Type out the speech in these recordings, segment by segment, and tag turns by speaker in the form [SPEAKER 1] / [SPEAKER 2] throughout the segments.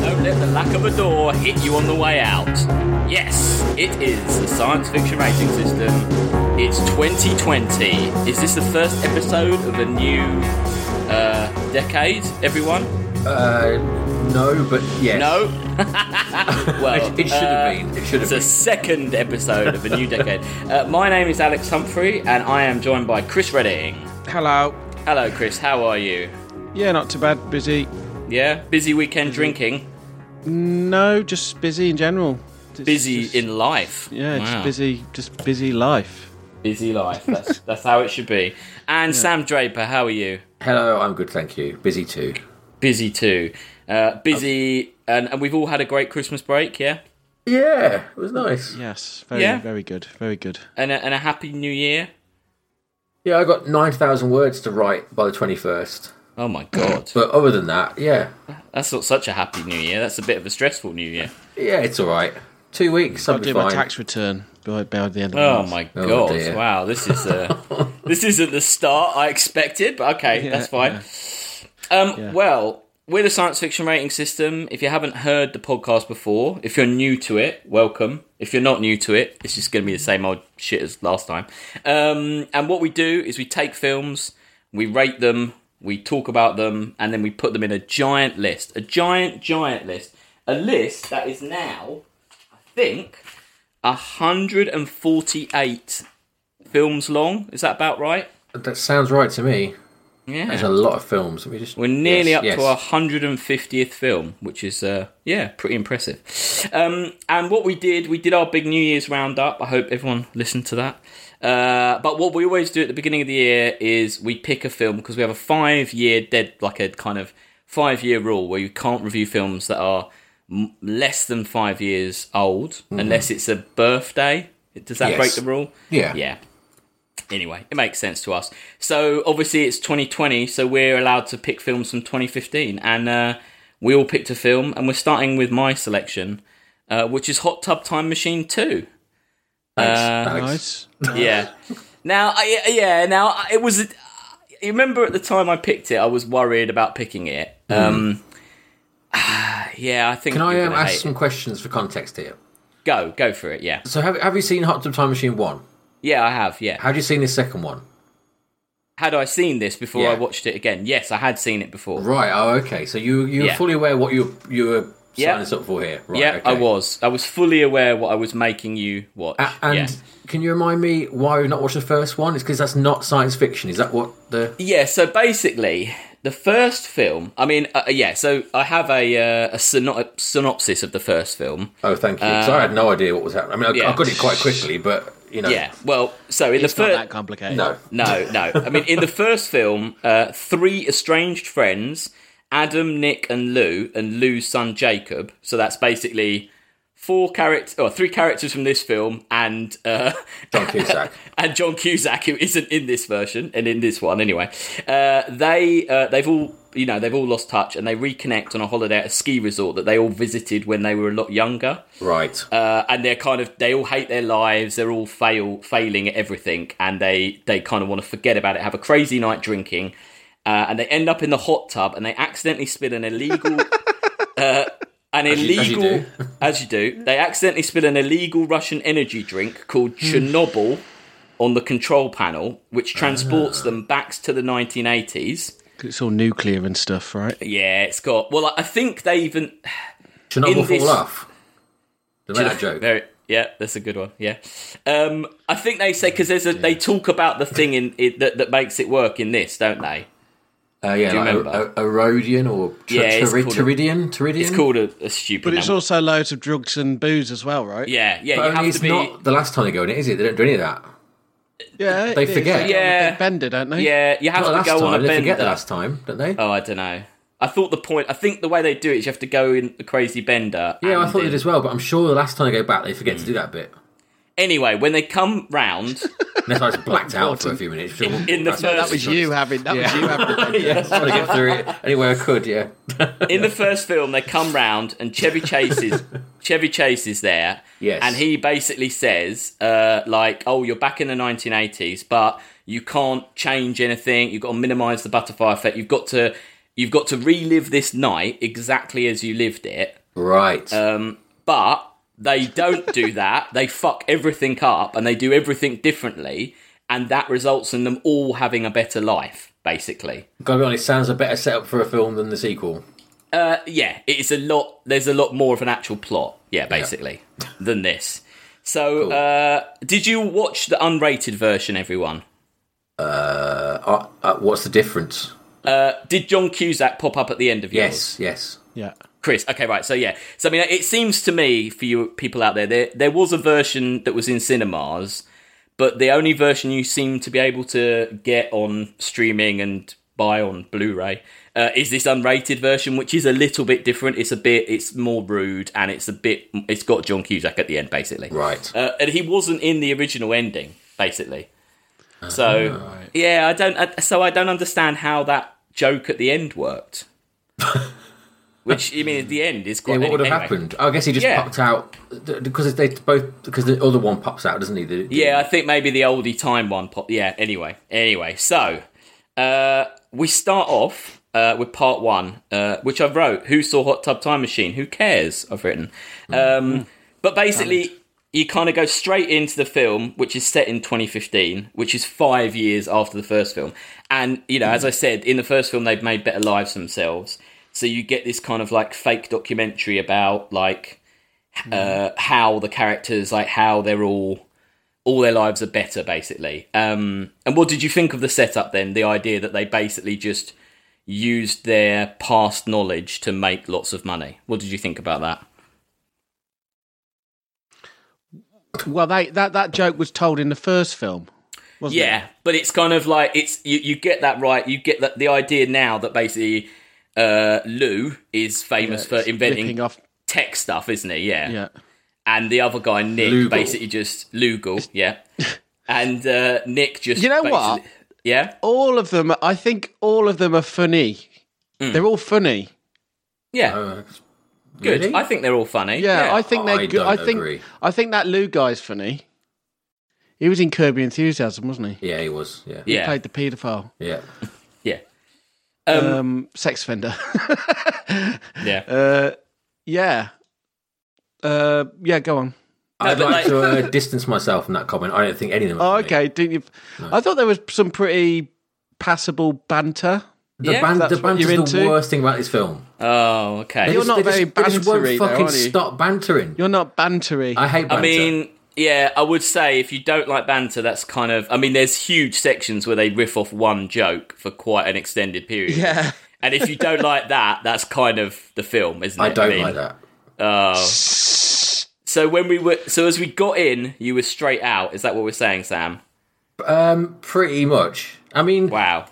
[SPEAKER 1] back of a door hit you on the way out. Yes, it is the science fiction rating system. It's 2020. Is this the first episode of a new uh, decade, everyone?
[SPEAKER 2] Uh, no, but yes.
[SPEAKER 1] No? well,
[SPEAKER 2] It, it should
[SPEAKER 1] uh,
[SPEAKER 2] have been. It should have
[SPEAKER 1] It's the
[SPEAKER 2] been.
[SPEAKER 1] second episode of a new decade. Uh, my name is Alex Humphrey, and I am joined by Chris Redding.
[SPEAKER 3] Hello.
[SPEAKER 1] Hello, Chris. How are you?
[SPEAKER 3] Yeah, not too bad. Busy.
[SPEAKER 1] Yeah, busy weekend drinking.
[SPEAKER 3] No, just busy in general. It's
[SPEAKER 1] Busy
[SPEAKER 3] just-
[SPEAKER 1] in life.
[SPEAKER 3] Yeah,
[SPEAKER 1] Wow.
[SPEAKER 3] just busy. Just busy life.
[SPEAKER 1] Busy life. That's that's how it should be. And Sam Draper, how are you?
[SPEAKER 2] Hello, I'm good, thank you. Busy too.
[SPEAKER 1] Busy too. Uh, busy, and, and we've all had a great Christmas break, yeah,
[SPEAKER 2] Yeah, it was nice. Yeah,
[SPEAKER 3] Yes. Very,
[SPEAKER 1] Yeah.
[SPEAKER 3] very good. Very good.
[SPEAKER 1] and a, and a happy New Year.
[SPEAKER 2] I got 9,000 words to write by the 21st.
[SPEAKER 1] Oh my God,
[SPEAKER 2] But other than that, yeah.
[SPEAKER 1] that's not such a happy New Year. That's a bit of a stressful New Year.
[SPEAKER 2] Yeah, it's all right. Two weeks, I'll
[SPEAKER 3] I'll
[SPEAKER 2] be
[SPEAKER 3] do
[SPEAKER 2] fine.
[SPEAKER 3] my tax return by, by the end of
[SPEAKER 1] Oh
[SPEAKER 3] the month.
[SPEAKER 1] my
[SPEAKER 2] Oh
[SPEAKER 1] God!
[SPEAKER 2] dear.
[SPEAKER 1] wow, this is uh, this isn't the start I expected, but okay,
[SPEAKER 3] Yeah,
[SPEAKER 1] that's fine. Um, Well, we're the science fiction rating system. If you haven't heard the podcast before, if you're new to it, welcome. If you're not new to it, it's just going to be the same old shit as last time. Um, and what we do is we take films, we rate them, we talk about them, and then we put them in a giant list, a giant, giant list, a list that is now, I think, 148 films long. Is that about right?
[SPEAKER 2] That sounds right to me.
[SPEAKER 1] Yeah.
[SPEAKER 2] There's a lot of films. We just
[SPEAKER 1] We're nearly
[SPEAKER 2] Yes,
[SPEAKER 1] up
[SPEAKER 2] yes.
[SPEAKER 1] to our 150th film, which is, uh, yeah, pretty impressive. Um, and what we did, we did our big New Year's roundup. I hope everyone listened to that. Uh, but what we always do at the beginning of the year is we pick a film because we have a five year dead, like a kind of five year rule where you can't review films that are m- less than five years old unless it's a birthday. Does that
[SPEAKER 2] Mm-hmm. Yes.
[SPEAKER 1] break the rule?
[SPEAKER 2] Yeah.
[SPEAKER 1] Yeah. Anyway, it makes sense to us. So obviously it's 2020, so we're allowed to pick films from 2015, and uh, we all picked a film, and we're starting with my selection, uh, which is Hot Tub Time Machine Two.
[SPEAKER 2] Thanks,
[SPEAKER 1] Uh,
[SPEAKER 2] thanks.
[SPEAKER 3] Nice.
[SPEAKER 1] Yeah. now, I, yeah. Now I- it was. You remember at the time I picked it, I was worried about picking it. Um, yeah, I think.
[SPEAKER 2] Hmm. Can I
[SPEAKER 1] you're
[SPEAKER 2] um,
[SPEAKER 1] gonna
[SPEAKER 2] ask
[SPEAKER 1] hate
[SPEAKER 2] some
[SPEAKER 1] it.
[SPEAKER 2] questions for context here?
[SPEAKER 1] Go, go for it. Yeah,
[SPEAKER 2] So, have, have you seen Hot Tub Time Machine 1?
[SPEAKER 1] yeah, I have. Yeah.
[SPEAKER 2] Had you seen the second one?
[SPEAKER 1] Had I seen this before
[SPEAKER 2] Yeah.
[SPEAKER 1] I watched it again? Yes, I had seen it before.
[SPEAKER 2] Right, oh, okay. So, you, you were
[SPEAKER 1] Yeah.
[SPEAKER 2] fully aware what you, you were signing
[SPEAKER 1] Yeah.
[SPEAKER 2] us up for here. Right,
[SPEAKER 1] yeah,
[SPEAKER 2] okay.
[SPEAKER 1] I was. I was fully aware what I was making you watch.
[SPEAKER 2] A- and
[SPEAKER 1] yeah.
[SPEAKER 2] can you remind me why we've not watched the first one? It's because that's not science fiction. Is that what the?
[SPEAKER 1] yeah, so basically, the first film. I mean, uh, yeah. So I have a uh, a syno- synopsis of the first film.
[SPEAKER 2] Oh, thank you. 'Cause I had no idea what was happening. I mean, I,
[SPEAKER 1] yeah.
[SPEAKER 2] I got it quite quickly, but you know,
[SPEAKER 1] Yeah. Well, so in
[SPEAKER 3] It's
[SPEAKER 1] the
[SPEAKER 3] not
[SPEAKER 1] first.
[SPEAKER 3] that complicated.
[SPEAKER 2] no,
[SPEAKER 1] No, no. I mean, in the first film, uh, three estranged friends, Adam, Nick, and Lou, and Lou's son Jacob. So that's basically four characters, or three characters from this film, and uh,
[SPEAKER 2] John Cusack.
[SPEAKER 1] and John Cusack, who isn't in this version and in this one anyway. Uh, they uh, they've all you know they've all lost touch and they reconnect on a holiday at a ski resort that they all visited when they were a lot younger
[SPEAKER 2] right.
[SPEAKER 1] uh, and they're kind of they all hate their lives they're all fail failing at everything and they they kind of want to forget about it have a crazy night drinking uh, and they end up in the hot tub and they accidentally spill an illegal uh, an
[SPEAKER 2] you- as you
[SPEAKER 1] illegal
[SPEAKER 2] do.
[SPEAKER 1] as you do they accidentally spill an illegal russian energy drink called
[SPEAKER 2] Hmm.
[SPEAKER 1] chernobyl on the control panel which
[SPEAKER 2] Ah.
[SPEAKER 1] transports them back to the 1980s
[SPEAKER 3] 'Cause It's all nuclear and stuff, right?
[SPEAKER 1] yeah it's got well i think they even
[SPEAKER 2] Chernobyl fall
[SPEAKER 1] this-
[SPEAKER 2] off. They made that joke.
[SPEAKER 1] Very- yeah, that's a good one. Yeah, um, I think they say because there's a they talk about the thing in it, that that makes it work in this, don't they?
[SPEAKER 2] Uh, yeah,
[SPEAKER 1] you
[SPEAKER 2] like a-
[SPEAKER 1] remember?
[SPEAKER 2] a- Erodian or ter-
[SPEAKER 1] Yeah, it's
[SPEAKER 2] teri-
[SPEAKER 1] called a-
[SPEAKER 2] Teridian? Teridian?
[SPEAKER 1] It's called a, a stupid.
[SPEAKER 3] But it's
[SPEAKER 1] name.
[SPEAKER 3] also loads of drugs and booze as well, right?
[SPEAKER 1] yeah, yeah.
[SPEAKER 2] But
[SPEAKER 1] you
[SPEAKER 2] only
[SPEAKER 1] have
[SPEAKER 2] it's
[SPEAKER 1] to be
[SPEAKER 2] not the last time they go in it, is it? They don't do any of that.
[SPEAKER 3] Yeah.
[SPEAKER 2] They
[SPEAKER 3] it is.
[SPEAKER 2] forget.
[SPEAKER 3] go on a
[SPEAKER 1] Yeah.
[SPEAKER 3] big bender, don't they?
[SPEAKER 1] yeah. You have
[SPEAKER 2] eh? Not the
[SPEAKER 1] to
[SPEAKER 2] last
[SPEAKER 1] go on
[SPEAKER 2] time.
[SPEAKER 1] a
[SPEAKER 2] they forget
[SPEAKER 1] bender.
[SPEAKER 2] the last time, don't they?
[SPEAKER 1] Oh, I don't know. I thought the point. I think the way they do it is you have to go in a crazy bender.
[SPEAKER 2] yeah,
[SPEAKER 1] and
[SPEAKER 2] I thought they
[SPEAKER 1] then-
[SPEAKER 2] did as well, but I'm sure the last time they go back, they forget to do that bit.
[SPEAKER 1] Anyway, when they come round
[SPEAKER 2] Unless I just blacked out for a few minutes.
[SPEAKER 1] in the
[SPEAKER 2] That's-
[SPEAKER 1] first
[SPEAKER 3] That was you having. That was you having. a bender.
[SPEAKER 2] yeah, I was trying to get through it any way I could. Yeah.
[SPEAKER 1] in the first film, they come round and Chevy Chase is Chevy Chase is there.
[SPEAKER 2] Yes.
[SPEAKER 1] and he basically says, uh, like, "Oh, you're back in the 1980s, but you can't change anything. You've got to minimise the butterfly effect. You've got to, you've got to relive this night exactly as you lived it."
[SPEAKER 2] Right.
[SPEAKER 1] Um, but they don't do that. They fuck everything up and they do everything differently, and that results in them all having a better life, basically.
[SPEAKER 2] Gotta be honest, sounds a better setup for a film than the sequel.
[SPEAKER 1] Uh, yeah, it's a lot. There's a lot more of an actual plot, yeah, basically, than this. So,
[SPEAKER 2] Cool.
[SPEAKER 1] uh, did you watch the unrated version, everyone?
[SPEAKER 2] Uh, uh, uh, what's the difference?
[SPEAKER 1] Uh, did John Cusack pop up at the end of yours?
[SPEAKER 2] Yes, yes.
[SPEAKER 3] Yeah.
[SPEAKER 1] Chris. Okay, right. So yeah. So I mean, it seems to me for you people out there, there there was a version that was in cinemas, but the only version you seem to be able to get on streaming and buy on Blu-ray uh, is this unrated version, which is a little bit different. It's a bit, it's more rude, and it's a bit, it's got John Cusack at the end, basically.
[SPEAKER 2] Right.
[SPEAKER 1] Uh, and he wasn't in the original ending, basically. So
[SPEAKER 2] Ah,
[SPEAKER 1] yeah, I don't. I, so I don't understand how that joke at the end worked. Which I mean, at the end is quite.
[SPEAKER 2] Yeah, what would have
[SPEAKER 1] anyway.
[SPEAKER 2] happened? I guess he just
[SPEAKER 1] Yeah.
[SPEAKER 2] popped out because they both because the other one pops out, doesn't he? The- the-
[SPEAKER 1] Yeah, I think maybe the oldie time one. Pop- yeah. Anyway, anyway. So uh, we start off uh, with part one, uh, which I wrote. Who saw Hot Tub Time Machine? Who cares? I've written. Um, but basically, you kind of go straight into the film, which is set in 2015, which is five years after the first film. And you know, as I said, in the first film, they've made better lives for themselves. So you get this kind of like fake documentary about like uh, how the characters, like how they're all all their lives are better basically um and what did you think of the setup then the idea that they basically just used their past knowledge to make lots of money what did you think about that
[SPEAKER 3] Well, they, that that joke was told in the first film, wasn't it?
[SPEAKER 1] yeah but it's kind of like it's you, you get that right you get that the idea now that basically uh lou is famous for
[SPEAKER 3] Ripping
[SPEAKER 1] inventing
[SPEAKER 3] off.
[SPEAKER 1] tech stuff isn't he yeah
[SPEAKER 3] Yeah.
[SPEAKER 1] and the other guy nick
[SPEAKER 2] Lugal.
[SPEAKER 1] basically just lugal yeah and uh nick just
[SPEAKER 3] You know what?
[SPEAKER 1] basically- yeah
[SPEAKER 3] All of them. I think all of them are funny. They're all funny.
[SPEAKER 1] yeah
[SPEAKER 2] Uh,
[SPEAKER 1] good
[SPEAKER 2] really?
[SPEAKER 1] i think they're all funny
[SPEAKER 3] Oh, Yeah, I think they're
[SPEAKER 2] I
[SPEAKER 3] good. I
[SPEAKER 2] don't
[SPEAKER 3] think
[SPEAKER 2] agree.
[SPEAKER 3] I think that Lou guy's funny. He was in Kirby Enthusiasm, wasn't he?
[SPEAKER 2] yeah, he was. Yeah,
[SPEAKER 1] yeah
[SPEAKER 3] Played the paedophile,
[SPEAKER 2] yeah.
[SPEAKER 1] yeah
[SPEAKER 3] um, sex offender.
[SPEAKER 1] Yeah.
[SPEAKER 3] uh, yeah, uh, yeah. Go on.
[SPEAKER 2] I'd
[SPEAKER 1] but
[SPEAKER 2] like
[SPEAKER 1] like-
[SPEAKER 2] to uh, distance myself from that comment. I don't think any of them.
[SPEAKER 3] Oh,
[SPEAKER 2] Are funny.
[SPEAKER 3] okay. Didn't you? I thought there was some pretty passable banter.
[SPEAKER 2] The
[SPEAKER 1] Yeah,
[SPEAKER 2] band,
[SPEAKER 3] that's
[SPEAKER 2] the
[SPEAKER 3] what
[SPEAKER 2] banter's
[SPEAKER 3] you're
[SPEAKER 2] the
[SPEAKER 3] into.
[SPEAKER 2] worst thing about this film.
[SPEAKER 1] oh, okay.
[SPEAKER 3] You're
[SPEAKER 2] They just-
[SPEAKER 3] not
[SPEAKER 2] they just-
[SPEAKER 3] very
[SPEAKER 2] They just won't
[SPEAKER 3] bantery though,
[SPEAKER 2] fucking
[SPEAKER 3] are you?
[SPEAKER 2] stop bantering.
[SPEAKER 3] You're not bantery.
[SPEAKER 2] I hate. Banter.
[SPEAKER 1] I mean, yeah, I would say if you don't like banter, that's kind of. I mean, there's huge sections where they riff off one joke for quite an extended period.
[SPEAKER 3] Yeah.
[SPEAKER 1] And if you don't like that, that's kind of the film, isn't it?
[SPEAKER 2] I don't
[SPEAKER 1] mean,
[SPEAKER 2] like that.
[SPEAKER 1] So when we were, so as we got in, you were straight out. Is that what we're saying, Sam?
[SPEAKER 2] Um, pretty much. I mean,
[SPEAKER 1] Wow.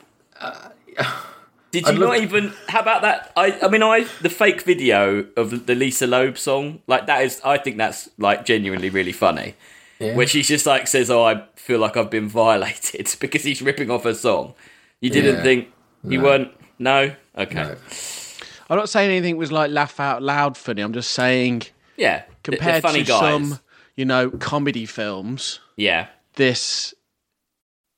[SPEAKER 1] Did you
[SPEAKER 2] Uh, I'd love-
[SPEAKER 1] not even? How about that? I, I mean, I the fake video of the Lisa Loeb song, like that is. I think that's like genuinely really funny.
[SPEAKER 2] yeah.
[SPEAKER 1] where she's just like says, "Oh, I feel like I've been violated because he's ripping off her song." You didn't
[SPEAKER 2] Yeah.
[SPEAKER 1] think you weren't? No. Okay.
[SPEAKER 2] No.
[SPEAKER 3] I'm not saying anything was like laugh out loud funny. I'm just saying
[SPEAKER 1] Yeah. th- they're
[SPEAKER 3] compared
[SPEAKER 1] funny
[SPEAKER 3] to
[SPEAKER 1] guys.
[SPEAKER 3] some, you know, comedy films,
[SPEAKER 1] Yeah.
[SPEAKER 3] this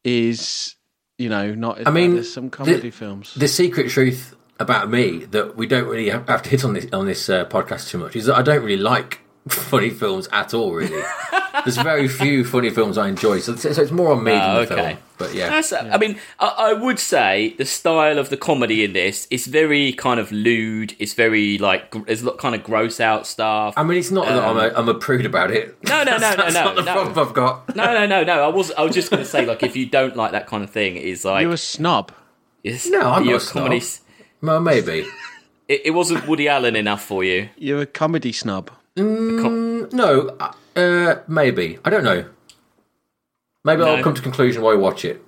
[SPEAKER 3] is, you know, not. I
[SPEAKER 2] mean,
[SPEAKER 3] mean, there's some comedy
[SPEAKER 2] the-
[SPEAKER 3] films.
[SPEAKER 2] the secret truth about me that we don't really have have to hit on this on this uh, podcast too much is that I don't really like funny films at all. Really, there's very few funny films I enjoy, so, so it's more on me
[SPEAKER 1] Oh,
[SPEAKER 2] than the
[SPEAKER 1] okay.
[SPEAKER 2] film. But yeah,
[SPEAKER 1] That's, uh, I mean, I, I would say the style of the comedy in this is very kind of lewd. It's very like gr- there's a lot kind of gross out stuff.
[SPEAKER 2] I mean, it's not that I'm a, I'm a prude about it.
[SPEAKER 1] um, No, no, no,
[SPEAKER 2] That's-
[SPEAKER 1] no,
[SPEAKER 2] that's
[SPEAKER 1] no,
[SPEAKER 2] not the
[SPEAKER 1] no.
[SPEAKER 2] problem I've got.
[SPEAKER 1] no, no, no, no. I was I was just going to say like if you don't like that kind of thing, it is like
[SPEAKER 3] You're a snob.
[SPEAKER 1] it's,
[SPEAKER 2] No, I'm not
[SPEAKER 1] your
[SPEAKER 2] a snob.
[SPEAKER 1] comedy's-
[SPEAKER 2] Well, maybe.
[SPEAKER 1] It, it wasn't Woody Allen enough for you.
[SPEAKER 3] You're a comedy snob.
[SPEAKER 2] No, uh, maybe. I don't know. Maybe
[SPEAKER 1] No.
[SPEAKER 2] I'll come to conclusion while I watch it.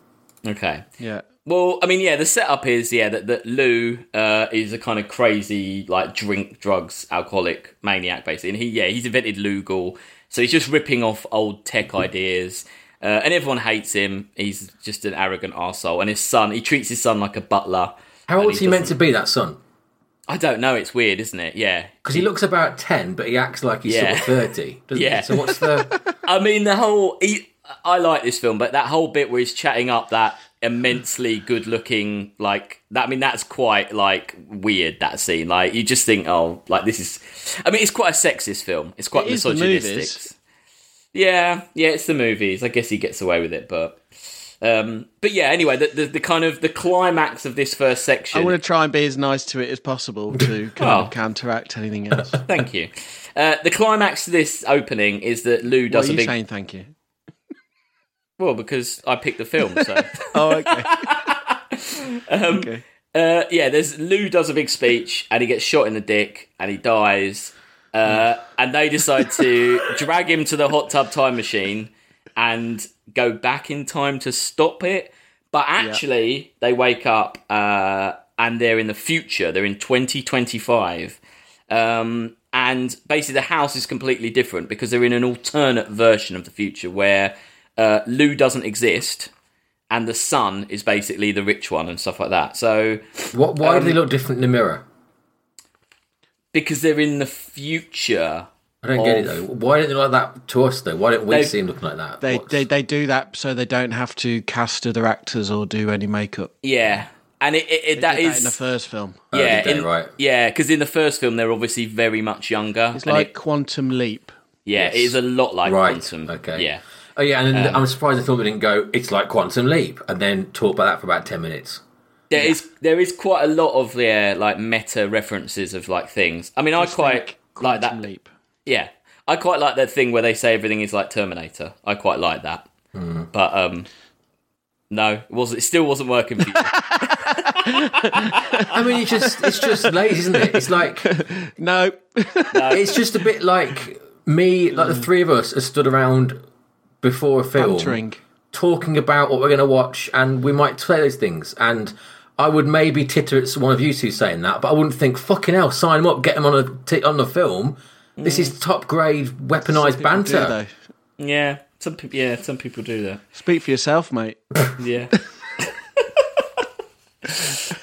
[SPEAKER 1] Okay.
[SPEAKER 3] Yeah.
[SPEAKER 1] Well, I mean, yeah, the setup is yeah that that Lou uh, is a kind of crazy like drink, drugs, alcoholic maniac basically, and he yeah he's invented Lugal, so he's just ripping off old tech ideas, uh, and everyone hates him. He's just an arrogant arsehole. and his son he treats his son like a butler.
[SPEAKER 2] How old's
[SPEAKER 1] he
[SPEAKER 2] he meant to be, that son?
[SPEAKER 1] I don't know. It's weird, isn't it? Yeah,
[SPEAKER 2] Because he looks about 10, but he acts like he's
[SPEAKER 1] Yeah.
[SPEAKER 2] sort of 30, doesn't
[SPEAKER 1] Yeah.
[SPEAKER 2] he? So what's the...
[SPEAKER 1] I mean, the whole. He, I like this film, but that whole bit where he's chatting up that immensely good looking like that i mean that's quite like weird that scene like you just think oh like this is i mean it's quite a sexist film it's quite
[SPEAKER 3] It is the
[SPEAKER 1] misogynistic
[SPEAKER 3] movies.
[SPEAKER 1] yeah yeah it's the movies i guess he gets away with it but um but yeah anyway the the, the kind of the climax of this first section
[SPEAKER 3] I want to try and be as nice to it as possible to kind
[SPEAKER 1] Oh.
[SPEAKER 3] of counteract anything else. Well,
[SPEAKER 1] thank you uh the climax to this opening is that lou does
[SPEAKER 3] you
[SPEAKER 1] a big
[SPEAKER 3] saying thank you?
[SPEAKER 1] well because i picked the film so
[SPEAKER 3] Oh, okay. Um, okay.
[SPEAKER 1] Uh, yeah, there's Lou does a big speech and he gets shot in the dick and he dies. Uh, and they decide to drag him to the hot tub time machine and go back in time to stop it. But actually, they wake up uh, and they're in the future. They're in 2025. Um, and basically, the house is completely different because they're in an alternate version of the future where uh, Lou doesn't exist and the sun is basically the rich one and stuff like that. So
[SPEAKER 2] What? Why
[SPEAKER 1] Um,
[SPEAKER 2] do they look different in the mirror?
[SPEAKER 1] because they're in the future,
[SPEAKER 2] I don't get it
[SPEAKER 1] Of-
[SPEAKER 2] though. Why don't they look like that to us though? Why don't we
[SPEAKER 1] They-
[SPEAKER 2] see him looking like that?
[SPEAKER 3] They,
[SPEAKER 2] What's-
[SPEAKER 3] they they do that so they don't have to cast other actors or do any makeup.
[SPEAKER 1] yeah, and it, it, it,
[SPEAKER 3] They
[SPEAKER 1] that
[SPEAKER 3] did
[SPEAKER 1] is
[SPEAKER 3] that in the first film.
[SPEAKER 1] yeah,
[SPEAKER 2] did they?
[SPEAKER 1] in-
[SPEAKER 2] Right.
[SPEAKER 1] yeah, because in the first film they're obviously very much younger.
[SPEAKER 3] It's
[SPEAKER 1] and
[SPEAKER 3] like
[SPEAKER 1] it-
[SPEAKER 3] Quantum Leap.
[SPEAKER 1] yeah, it is a lot like
[SPEAKER 2] right.
[SPEAKER 1] Quantum.
[SPEAKER 2] Okay.
[SPEAKER 1] yeah, Um,
[SPEAKER 2] Oh yeah, and then I'm surprised the film didn't go. It's like Quantum Leap, and then talk about that for about ten minutes.
[SPEAKER 1] There is there is quite a lot of yeah, like meta references of like things. I mean, I quite like that.
[SPEAKER 3] Quantum Leap.
[SPEAKER 1] Yeah, I quite like that thing where they say everything is like Terminator. I quite like that,
[SPEAKER 3] Hmm.
[SPEAKER 1] but um. No, it was it still wasn't working for you.
[SPEAKER 2] I mean, it's just it's just lazy, isn't it? It's like
[SPEAKER 3] No,
[SPEAKER 2] it's just a bit like me, like the
[SPEAKER 3] Mm.
[SPEAKER 2] three of us, are stood around before a
[SPEAKER 1] Oh.
[SPEAKER 2] film
[SPEAKER 3] Bantering.
[SPEAKER 2] talking about what we're going to watch, and we might say those things. And I would maybe titter at one of you two saying that, but I wouldn't think fucking hell, sign him up, get him on a t- on the film. This is top grade weaponized
[SPEAKER 3] Mm. People do,
[SPEAKER 2] banter.
[SPEAKER 3] though.
[SPEAKER 1] yeah, some peop yeah, some people do that.
[SPEAKER 3] Speak for yourself, mate.
[SPEAKER 1] Yeah.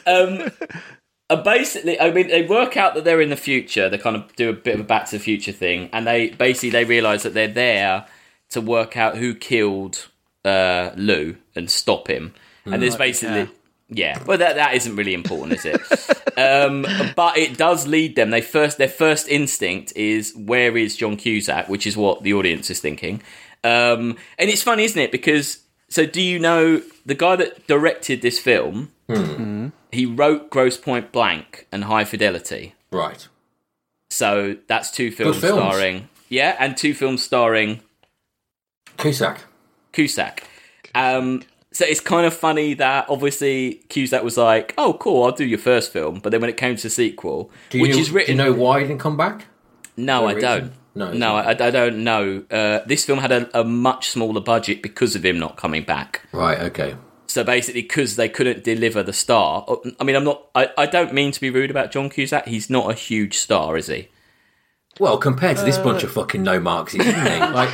[SPEAKER 1] um, uh, basically, I mean, they work out that they're in the future. They kind of do a bit of a Back to the Future thing, and they basically they realize that they're there to work out who killed uh, Lou and stop him. And there's basically. Yeah, well, that that isn't really important, is it? um, but it does lead them. They first, their first instinct is where is John Cusack, which is what the audience is thinking. Um, and it's funny, isn't it? Because so, do you know the guy that directed this film?
[SPEAKER 2] Hmm.
[SPEAKER 1] He wrote Gross Point Blank and High Fidelity.
[SPEAKER 2] Right.
[SPEAKER 1] So that's two films,
[SPEAKER 2] films.
[SPEAKER 1] starring yeah, and two films starring
[SPEAKER 2] Cusack.
[SPEAKER 1] Cusack. Um, so it's kind of funny that obviously Cusack was like, "Oh, cool, I'll do your first film," but then when it came to sequel,
[SPEAKER 2] Do you
[SPEAKER 1] which
[SPEAKER 2] know,
[SPEAKER 1] is written,
[SPEAKER 2] do you know why he didn't come back?
[SPEAKER 1] no, I
[SPEAKER 2] reason?
[SPEAKER 1] don't.
[SPEAKER 2] No,
[SPEAKER 1] no, I, I don't know. Uh, this film had a, a much smaller budget because of him not coming back.
[SPEAKER 2] Right. Okay.
[SPEAKER 1] So basically, because they couldn't deliver the star. oh, I mean, I'm not. I, I don't mean to be rude about John Cusack. He's not a huge star, is he?
[SPEAKER 2] Well, compared to
[SPEAKER 3] Uh.
[SPEAKER 2] this bunch of fucking no marks, isn't he? Like,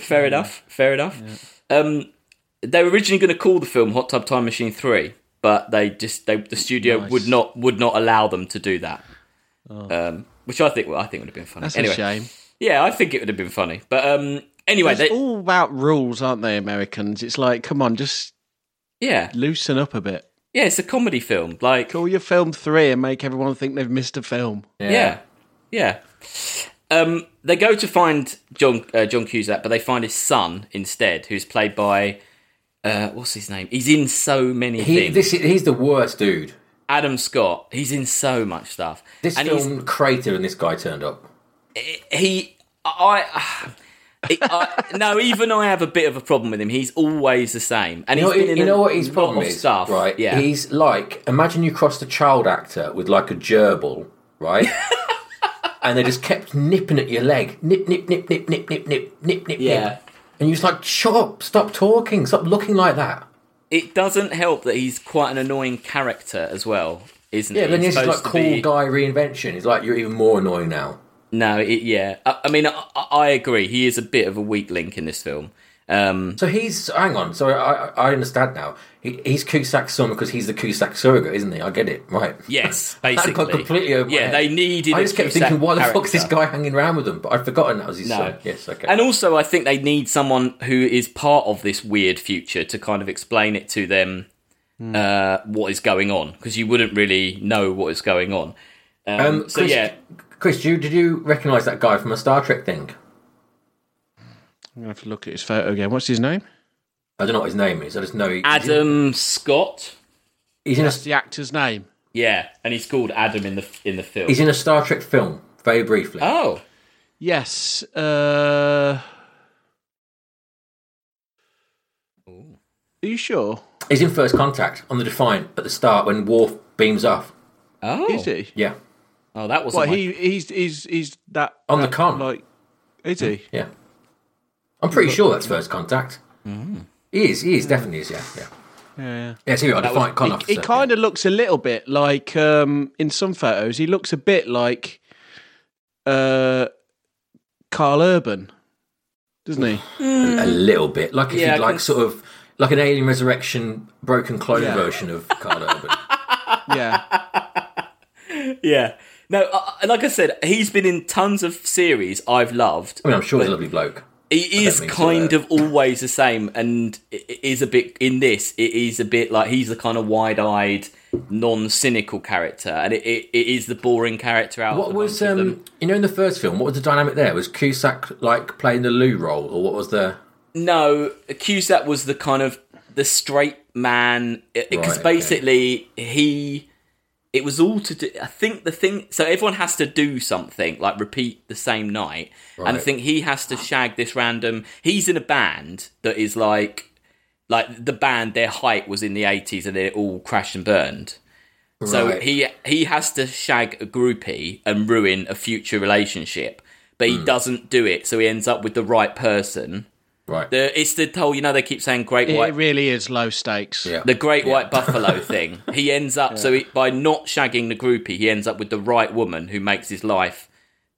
[SPEAKER 1] Fair enough. Fair enough. Um, they were originally going to call the film Hot Tub Time Machine Three, but they just they, the studio would not would not allow them to do that. Um, which I think well, I think would have been funny.
[SPEAKER 3] Oh. That's
[SPEAKER 1] anyway,
[SPEAKER 3] a shame.
[SPEAKER 1] yeah, I think it would have been funny. But um, anyway,
[SPEAKER 3] It's
[SPEAKER 1] they,
[SPEAKER 3] all about rules, aren't they, Americans? It's like, come on, just
[SPEAKER 1] yeah,
[SPEAKER 3] loosen up a bit.
[SPEAKER 1] yeah, it's a comedy film. Like
[SPEAKER 3] Call your film three and make everyone think they've missed a film.
[SPEAKER 1] Yeah, yeah. Um, they go to find John uh, John Cusack, but they find his son instead, who's played by uh, what's his name? He's in so many
[SPEAKER 2] He,
[SPEAKER 1] things.
[SPEAKER 2] this is, he's the worst dude.
[SPEAKER 1] Adam Scott. He's in so much stuff.
[SPEAKER 2] This
[SPEAKER 1] and
[SPEAKER 2] film crater and this guy turned up.
[SPEAKER 1] he's, he, I. I- I- no, even I have a bit of a problem with him. He's always the same, and
[SPEAKER 2] You know,
[SPEAKER 1] he's been in
[SPEAKER 2] you
[SPEAKER 1] a
[SPEAKER 2] know what his
[SPEAKER 1] lot
[SPEAKER 2] problem
[SPEAKER 1] of
[SPEAKER 2] is,
[SPEAKER 1] stuff.
[SPEAKER 2] right?
[SPEAKER 1] Yeah,
[SPEAKER 2] He's like, imagine you crossed a child actor with like a gerbil, right? and they just kept nipping at your leg, nip, nip, nip, nip, nip, nip, nip, nip, nip,
[SPEAKER 1] Yeah.
[SPEAKER 2] nip. And you're just like, shut up, stop talking, stop looking like that.
[SPEAKER 1] it doesn't help that he's quite an annoying character as well, isn't
[SPEAKER 2] Yeah,
[SPEAKER 1] he?
[SPEAKER 2] but then
[SPEAKER 1] He's
[SPEAKER 2] this is like
[SPEAKER 1] supposed to
[SPEAKER 2] cool
[SPEAKER 1] be-
[SPEAKER 2] guy reinvention. He's like, you're even more annoying now.
[SPEAKER 1] No, it, yeah. I, I mean, I, I agree. He is a bit of a weak link in this film. Um,
[SPEAKER 2] So he's hang on. So I, I I understand now. He, he's Kusak's son because he's the Kusak surrogate, isn't he? I get it, right?
[SPEAKER 1] yes,
[SPEAKER 2] That
[SPEAKER 1] basically.
[SPEAKER 2] got completely over my
[SPEAKER 1] yeah,
[SPEAKER 2] head.
[SPEAKER 1] they needed.
[SPEAKER 2] I
[SPEAKER 1] a
[SPEAKER 2] just kept
[SPEAKER 1] Cusack
[SPEAKER 2] thinking, why the fuck's this
[SPEAKER 1] character.
[SPEAKER 2] guy hanging around with them? But I'd forgotten that was his
[SPEAKER 1] No.
[SPEAKER 2] son. Yes, okay.
[SPEAKER 1] And also, I think they need someone who is part of this weird future to kind of explain it to them uh, what is going on, because you wouldn't really know what is going on. Um,
[SPEAKER 2] Um,
[SPEAKER 1] so
[SPEAKER 2] Chris,
[SPEAKER 1] yeah,
[SPEAKER 2] Chris, you, did you recognise that guy from a Star Trek thing?
[SPEAKER 3] I'm gonna have to look at his photo again. What's his name?
[SPEAKER 2] I don't know what his name is. I just know he,
[SPEAKER 1] Adam Scott.
[SPEAKER 2] he's in a
[SPEAKER 3] That's the actor's name.
[SPEAKER 1] Yeah, and he's called Adam in the in the film.
[SPEAKER 2] he's in a Star Trek film very briefly.
[SPEAKER 1] oh,
[SPEAKER 3] Yes. Uh... Are you sure?
[SPEAKER 2] He's in First Contact on the Defiant at the start when Worf beams off.
[SPEAKER 1] oh,
[SPEAKER 3] Is he?
[SPEAKER 2] Yeah,
[SPEAKER 1] Oh, that wasn't.
[SPEAKER 3] Well,
[SPEAKER 1] my-
[SPEAKER 3] he he's he's he's that
[SPEAKER 2] On the
[SPEAKER 3] that,
[SPEAKER 2] con.
[SPEAKER 3] Like, is he?
[SPEAKER 2] yeah. I'm pretty sure that's First Contact. He is. He is definitely is. Yeah, yeah.
[SPEAKER 1] Hmm.
[SPEAKER 3] Yeah.
[SPEAKER 2] Yeah, so you're a Defiant con
[SPEAKER 3] He,
[SPEAKER 2] officer.
[SPEAKER 3] he kind of looks a little bit like um, in some photos. He looks a bit like uh, Carl Urban, doesn't he?
[SPEAKER 2] a little bit, like if
[SPEAKER 1] Yeah, I
[SPEAKER 2] you'd like
[SPEAKER 1] can-
[SPEAKER 2] sort of like an Alien Resurrection broken clone
[SPEAKER 3] Yeah.
[SPEAKER 2] version of Carl Urban.
[SPEAKER 3] yeah.
[SPEAKER 1] yeah. No, uh, like I said, he's been in tons of series I've loved.
[SPEAKER 2] I mean, I'm sure he's a lovely bloke.
[SPEAKER 1] He is
[SPEAKER 2] mean to,
[SPEAKER 1] kind
[SPEAKER 2] uh,
[SPEAKER 1] of always the same, and i- i- is a bit in this. It is a bit like he's the kind of wide-eyed, non-cynical character, and it, it, it is the boring character out. of
[SPEAKER 2] What
[SPEAKER 1] the
[SPEAKER 2] was
[SPEAKER 1] bunch of them.
[SPEAKER 2] um, you know in the first film? What was the dynamic there? Was Cusack like playing the Lou role, or what was the?
[SPEAKER 1] No, Cusack was the kind of the straight man because
[SPEAKER 2] okay.
[SPEAKER 1] basically he it was all to do. I think the thing so everyone has to do something like repeat the same night, and I
[SPEAKER 2] Right.
[SPEAKER 1] think he has to shag this random. He's in a band that is like like the band their height was in the eighties and they all crashed and burned. So
[SPEAKER 2] Right.
[SPEAKER 1] he he has to shag a groupie and ruin a future relationship, but
[SPEAKER 2] Hmm.
[SPEAKER 1] he doesn't do it, so he ends up with the right person.
[SPEAKER 2] Right.
[SPEAKER 1] The, Uh, it's the whole, you know, they keep saying great
[SPEAKER 3] It
[SPEAKER 1] white,
[SPEAKER 3] really is low stakes.
[SPEAKER 2] yeah.
[SPEAKER 1] the great white buffalo thing. He ends up so he, by not shagging the groupie, he ends up with the right woman who makes his life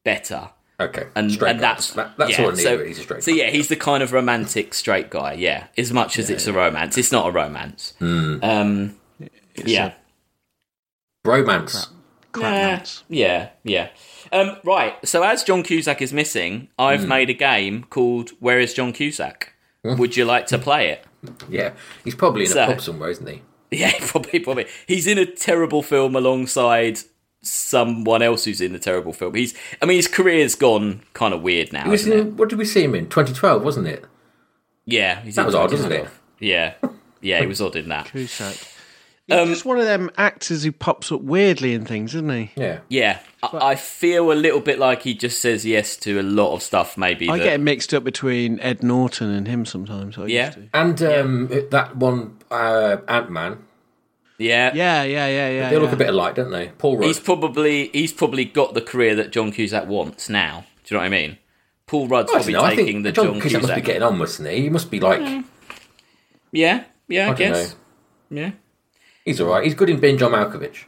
[SPEAKER 1] better.
[SPEAKER 2] okay.
[SPEAKER 1] And,
[SPEAKER 2] straight
[SPEAKER 1] and
[SPEAKER 2] guy.
[SPEAKER 1] that's
[SPEAKER 2] that, that's
[SPEAKER 1] yeah,
[SPEAKER 2] all I need.
[SPEAKER 1] so,
[SPEAKER 2] really, he's a straight.
[SPEAKER 1] So
[SPEAKER 2] guy.
[SPEAKER 1] yeah, he's the kind of romantic straight guy. Yeah, as much as it's a romance, it's not a romance.
[SPEAKER 2] Hmm.
[SPEAKER 1] Um, yeah,
[SPEAKER 2] romance.
[SPEAKER 3] Crap nuts.
[SPEAKER 1] yeah, yeah. Um, right. So as John Cusack is missing, I've
[SPEAKER 2] Hmm.
[SPEAKER 1] made a game called "Where Is John Cusack." Would you like to play it?
[SPEAKER 2] Yeah, he's probably in
[SPEAKER 1] So-
[SPEAKER 2] a pub somewhere, isn't he?
[SPEAKER 1] Yeah, probably, probably. He's in a terrible film alongside someone else who's in the terrible film. He's, I mean, his career's gone kind of weird now.
[SPEAKER 2] He was
[SPEAKER 1] isn't it?
[SPEAKER 2] in, what did we see him in? 2012, wasn't it?
[SPEAKER 1] Yeah, he's
[SPEAKER 2] That
[SPEAKER 1] in
[SPEAKER 2] was odd,
[SPEAKER 1] Tokyo
[SPEAKER 2] wasn't it?
[SPEAKER 1] Drift. Yeah, yeah, he was odd in that.
[SPEAKER 3] Cusack. He's
[SPEAKER 1] Um,
[SPEAKER 3] just one of them actors who pops up weirdly in things, isn't he?
[SPEAKER 2] Yeah.
[SPEAKER 1] Yeah, I, I feel a little bit like he just says yes to a lot of stuff. Maybe
[SPEAKER 3] I
[SPEAKER 1] that-
[SPEAKER 3] get him mixed up between Ed Norton and him sometimes. I
[SPEAKER 1] Yeah.
[SPEAKER 3] used to.
[SPEAKER 2] And um, that one uh, Ant Man.
[SPEAKER 1] yeah,
[SPEAKER 3] Yeah, yeah, yeah, yeah.
[SPEAKER 2] They
[SPEAKER 3] yeah.
[SPEAKER 2] look a bit alike, don't they? Paul Rudd.
[SPEAKER 1] He's probably he's probably got the career that John Cusack wants now. Do you know what I mean? Paul Rudd's
[SPEAKER 2] I don't
[SPEAKER 1] probably
[SPEAKER 2] know, I
[SPEAKER 1] taking
[SPEAKER 2] think
[SPEAKER 1] the
[SPEAKER 2] John,
[SPEAKER 1] John,
[SPEAKER 2] Cusack,
[SPEAKER 1] Cusack.
[SPEAKER 2] must be getting on, mustn't he? He must be like,
[SPEAKER 1] yeah, yeah, I,
[SPEAKER 2] I don't
[SPEAKER 1] guess.
[SPEAKER 2] know.
[SPEAKER 1] Yeah,
[SPEAKER 2] He's all right. He's good in being John Malkovich.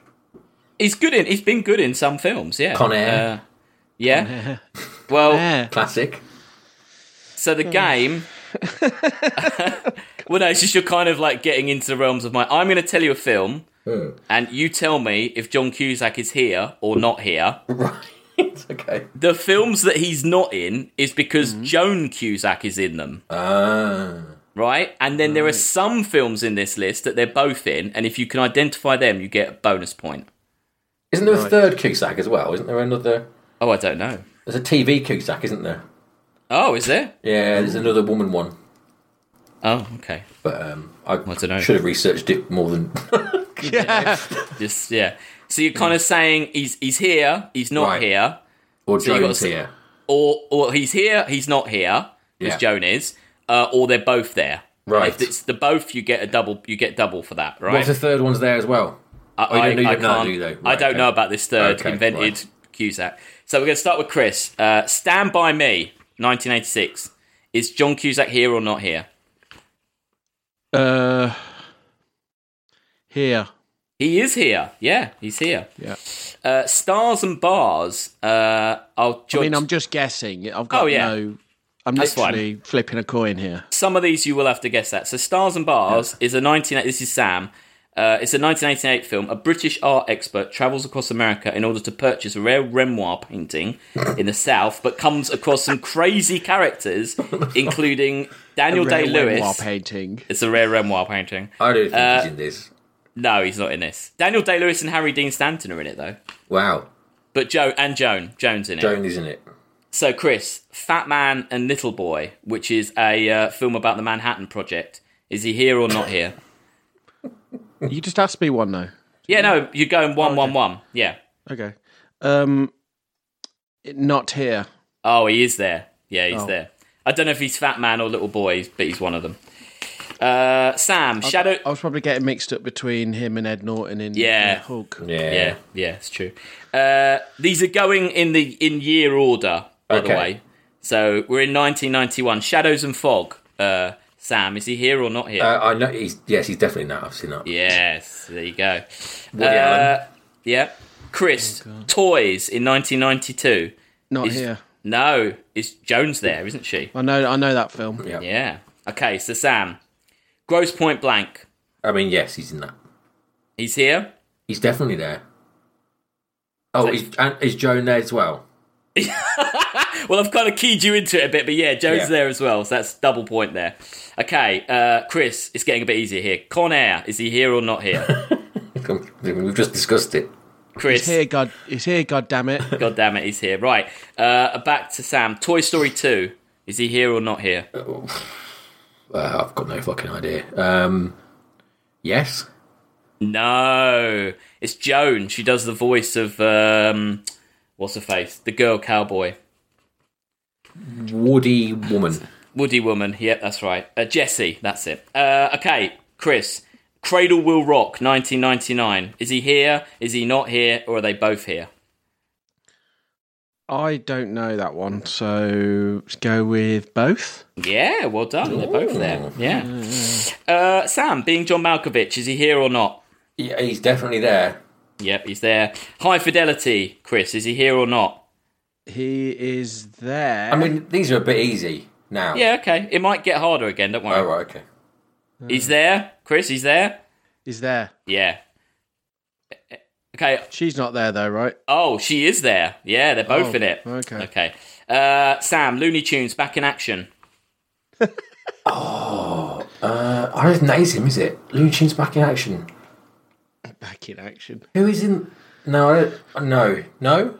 [SPEAKER 1] he's good in. He's been good in some films. Yeah,
[SPEAKER 2] Con Air.
[SPEAKER 1] Uh, yeah. Well,
[SPEAKER 3] Yeah.
[SPEAKER 2] Classic.
[SPEAKER 1] so the game. well, no, it's just you're kind of like getting into the realms of my. I'm going to tell you a film,
[SPEAKER 2] Hmm.
[SPEAKER 1] and you tell me if John Cusack is here or not here.
[SPEAKER 2] Right. okay.
[SPEAKER 1] The films that he's not in is because Joan Cusack is in them,
[SPEAKER 2] Ah.
[SPEAKER 1] right? And then there are some films in this list that they're both in, and if you can identify them, you get a bonus point.
[SPEAKER 2] Isn't there a third Cusack as well? Isn't there another?
[SPEAKER 1] Oh, I don't know.
[SPEAKER 2] There's a TV Cusack, isn't there?
[SPEAKER 1] Oh, is there?
[SPEAKER 2] Yeah, there's another woman one.
[SPEAKER 1] Oh, okay.
[SPEAKER 2] But um, I,
[SPEAKER 1] dunno.
[SPEAKER 2] should have researched it more than.
[SPEAKER 1] Just yeah. So you're kind of saying he's he's here, he's not
[SPEAKER 2] Hmm. Right.
[SPEAKER 1] here,
[SPEAKER 2] or
[SPEAKER 1] you
[SPEAKER 2] Jones
[SPEAKER 1] got s-
[SPEAKER 2] here.
[SPEAKER 1] or or he's here, he's not here, because
[SPEAKER 2] Yeah.
[SPEAKER 1] Joan is, uh, or they're both there.
[SPEAKER 2] Right.
[SPEAKER 1] If it's the both, you get a double. You get double for that, right?
[SPEAKER 2] What's the third one's there as well? Oh, you don't know- you don't know, do you, though?
[SPEAKER 1] I
[SPEAKER 2] Right,
[SPEAKER 1] don't
[SPEAKER 2] okay.
[SPEAKER 1] know about this third
[SPEAKER 2] Okay,
[SPEAKER 1] invented
[SPEAKER 2] right.
[SPEAKER 1] Cusack. So we're going to start with Chris. Uh, Stand by Me, 1986. Is John Cusack here or not here?
[SPEAKER 3] Uh, here.
[SPEAKER 1] He is here. Yeah, he's here.
[SPEAKER 3] Yeah.
[SPEAKER 1] Uh, Stars and Bars. Uh, I'll.
[SPEAKER 3] I
[SPEAKER 1] judge-
[SPEAKER 3] mean, I'm just guessing. I've got
[SPEAKER 1] Oh, yeah.
[SPEAKER 3] no. I'm
[SPEAKER 1] That's fine.
[SPEAKER 3] literally flipping a coin here.
[SPEAKER 1] Some of these you will have to guess that. So Stars and Bars is a 19 this is Sam. Uh, it's a 1988 film. A British art expert travels across America in order to purchase a rare Renoir painting in the South, but comes across some crazy characters, including Daniel Day
[SPEAKER 3] Rare Renoir
[SPEAKER 1] Lewis.
[SPEAKER 3] painting.
[SPEAKER 1] It's a rare Renoir painting.
[SPEAKER 2] I don't think
[SPEAKER 1] Uh,
[SPEAKER 2] he's in this.
[SPEAKER 1] No, he's not in this. Daniel Day Lewis and Harry Dean Stanton are in it though.
[SPEAKER 2] Wow,
[SPEAKER 1] But Joe and Joan, Joan's in it.
[SPEAKER 2] Joan isn't it?
[SPEAKER 1] So, Chris, Fat Man and Little Boy, which is a uh, film about the Manhattan Project, is he here or not here?
[SPEAKER 3] You just asked me one now.
[SPEAKER 1] yeah, no, you're going
[SPEAKER 2] Oh,
[SPEAKER 1] one, one, one. Yeah.
[SPEAKER 3] Okay. Um, it- not here.
[SPEAKER 1] Oh, he is there. Yeah, he's
[SPEAKER 3] Oh.
[SPEAKER 1] there. I don't know if he's Fat Man or Little Boy, but he's one of them. Uh, Sam, Shadow.
[SPEAKER 3] I was probably getting mixed up between him and Ed Norton in
[SPEAKER 1] Yeah.
[SPEAKER 3] in Hulk.
[SPEAKER 2] Yeah.
[SPEAKER 1] Yeah, yeah, it's true. Uh, these are going in the in year order, by the
[SPEAKER 2] Okay.
[SPEAKER 1] way. So we're in 1991. Shadows and Fog. Uh, Sam, is he here or not here?
[SPEAKER 2] Uh, I know he's yes, he's definitely not. I've seen that.
[SPEAKER 1] Yes, there you go. Uh,
[SPEAKER 2] Woody Allen. Oh,
[SPEAKER 1] Yeah. Chris, Toys in 1992.
[SPEAKER 3] Not
[SPEAKER 1] Is-
[SPEAKER 3] here.
[SPEAKER 1] No, is Jones there, isn't she?
[SPEAKER 3] I know. I know that film.
[SPEAKER 2] Yeah.
[SPEAKER 1] Yeah. Okay, so Sam, Gross Point Blank.
[SPEAKER 2] I mean, yes, he's in that.
[SPEAKER 1] He's here?
[SPEAKER 2] He's definitely there. Oh, is, and is Joan there as well?
[SPEAKER 1] Well, I've kind of keyed you into it a bit, but yeah, Jones
[SPEAKER 2] Yeah.
[SPEAKER 1] there as well, so that's double point there. Okay, uh, Chris, it's getting a bit easier here. Con Air, is he here or not here?
[SPEAKER 2] We've just discussed it.
[SPEAKER 1] Chris,
[SPEAKER 3] It's here. God. It's here. God damn it.
[SPEAKER 1] god damn it, he's here. Right, uh, back to Sam. Toy Story 2, is he here or not here?
[SPEAKER 2] Uh, I've got no fucking idea. Um, yes,
[SPEAKER 1] No, it's Joan. She does the voice of um, what's her face? The girl cowboy,
[SPEAKER 2] Woody woman.
[SPEAKER 1] Woody woman. Yep, that's right. Uh, Jesse, that's it. Uh, okay, Chris. Cradle Will Rock, 1999. Is he here? Is he not here? Or are they both here?
[SPEAKER 3] I don't know that one. So let's go with both.
[SPEAKER 1] Yeah, well done. They're both there. Yeah. Uh, Sam, being John Malkovich, is he here or not?
[SPEAKER 2] Yeah, he's definitely there.
[SPEAKER 1] Yep, he's there. High Fidelity, Chris, is he here or not?
[SPEAKER 3] He is there.
[SPEAKER 2] I mean, these are a bit easy now.
[SPEAKER 1] Yeah, okay. It might get harder again, don't worry.
[SPEAKER 2] Oh, right, okay.
[SPEAKER 1] He's there. Chris, he's there.
[SPEAKER 3] he's there.
[SPEAKER 1] Yeah. Okay.
[SPEAKER 3] She's not there though, right?
[SPEAKER 1] Oh, she is there. Yeah, they're both
[SPEAKER 3] Oh,
[SPEAKER 1] in it.
[SPEAKER 3] okay.
[SPEAKER 1] Okay. Uh, Sam, Looney Tunes back in action.
[SPEAKER 2] Uh, I don't think that is him, is it? Looney Tunes back in action.
[SPEAKER 3] Back in action.
[SPEAKER 2] Who is in? No, I don't. No, no.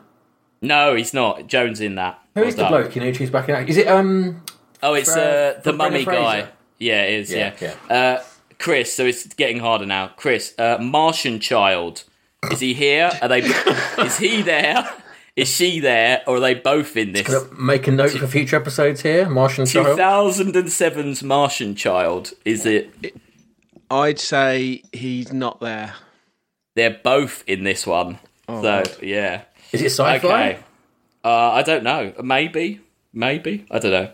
[SPEAKER 1] No, he's not. Jones in that.
[SPEAKER 2] Who is
[SPEAKER 1] Well
[SPEAKER 2] the
[SPEAKER 1] done.
[SPEAKER 2] bloke in Looney Tunes back in action? Is it um?
[SPEAKER 1] Oh, it's
[SPEAKER 2] Fra-
[SPEAKER 1] uh, the
[SPEAKER 2] Brendan
[SPEAKER 1] mummy
[SPEAKER 2] Fraser?
[SPEAKER 1] guy. Yeah, it is. Yeah.
[SPEAKER 2] Yeah,
[SPEAKER 1] Uh, Chris, so it's getting harder now. Chris, uh, Martian Child. Is he here? Are they? is he there? Is she there? Or are they both in this?
[SPEAKER 2] Make a note for future episodes here. Martian Child.
[SPEAKER 1] 2007's Martian Child. Is it?
[SPEAKER 3] I'd say he's not there.
[SPEAKER 1] They're both in this one.
[SPEAKER 2] Oh,
[SPEAKER 1] so
[SPEAKER 3] God.
[SPEAKER 1] yeah.
[SPEAKER 2] Is it sci-fi?
[SPEAKER 1] Okay. Uh, I don't know. Maybe. Maybe. I don't know.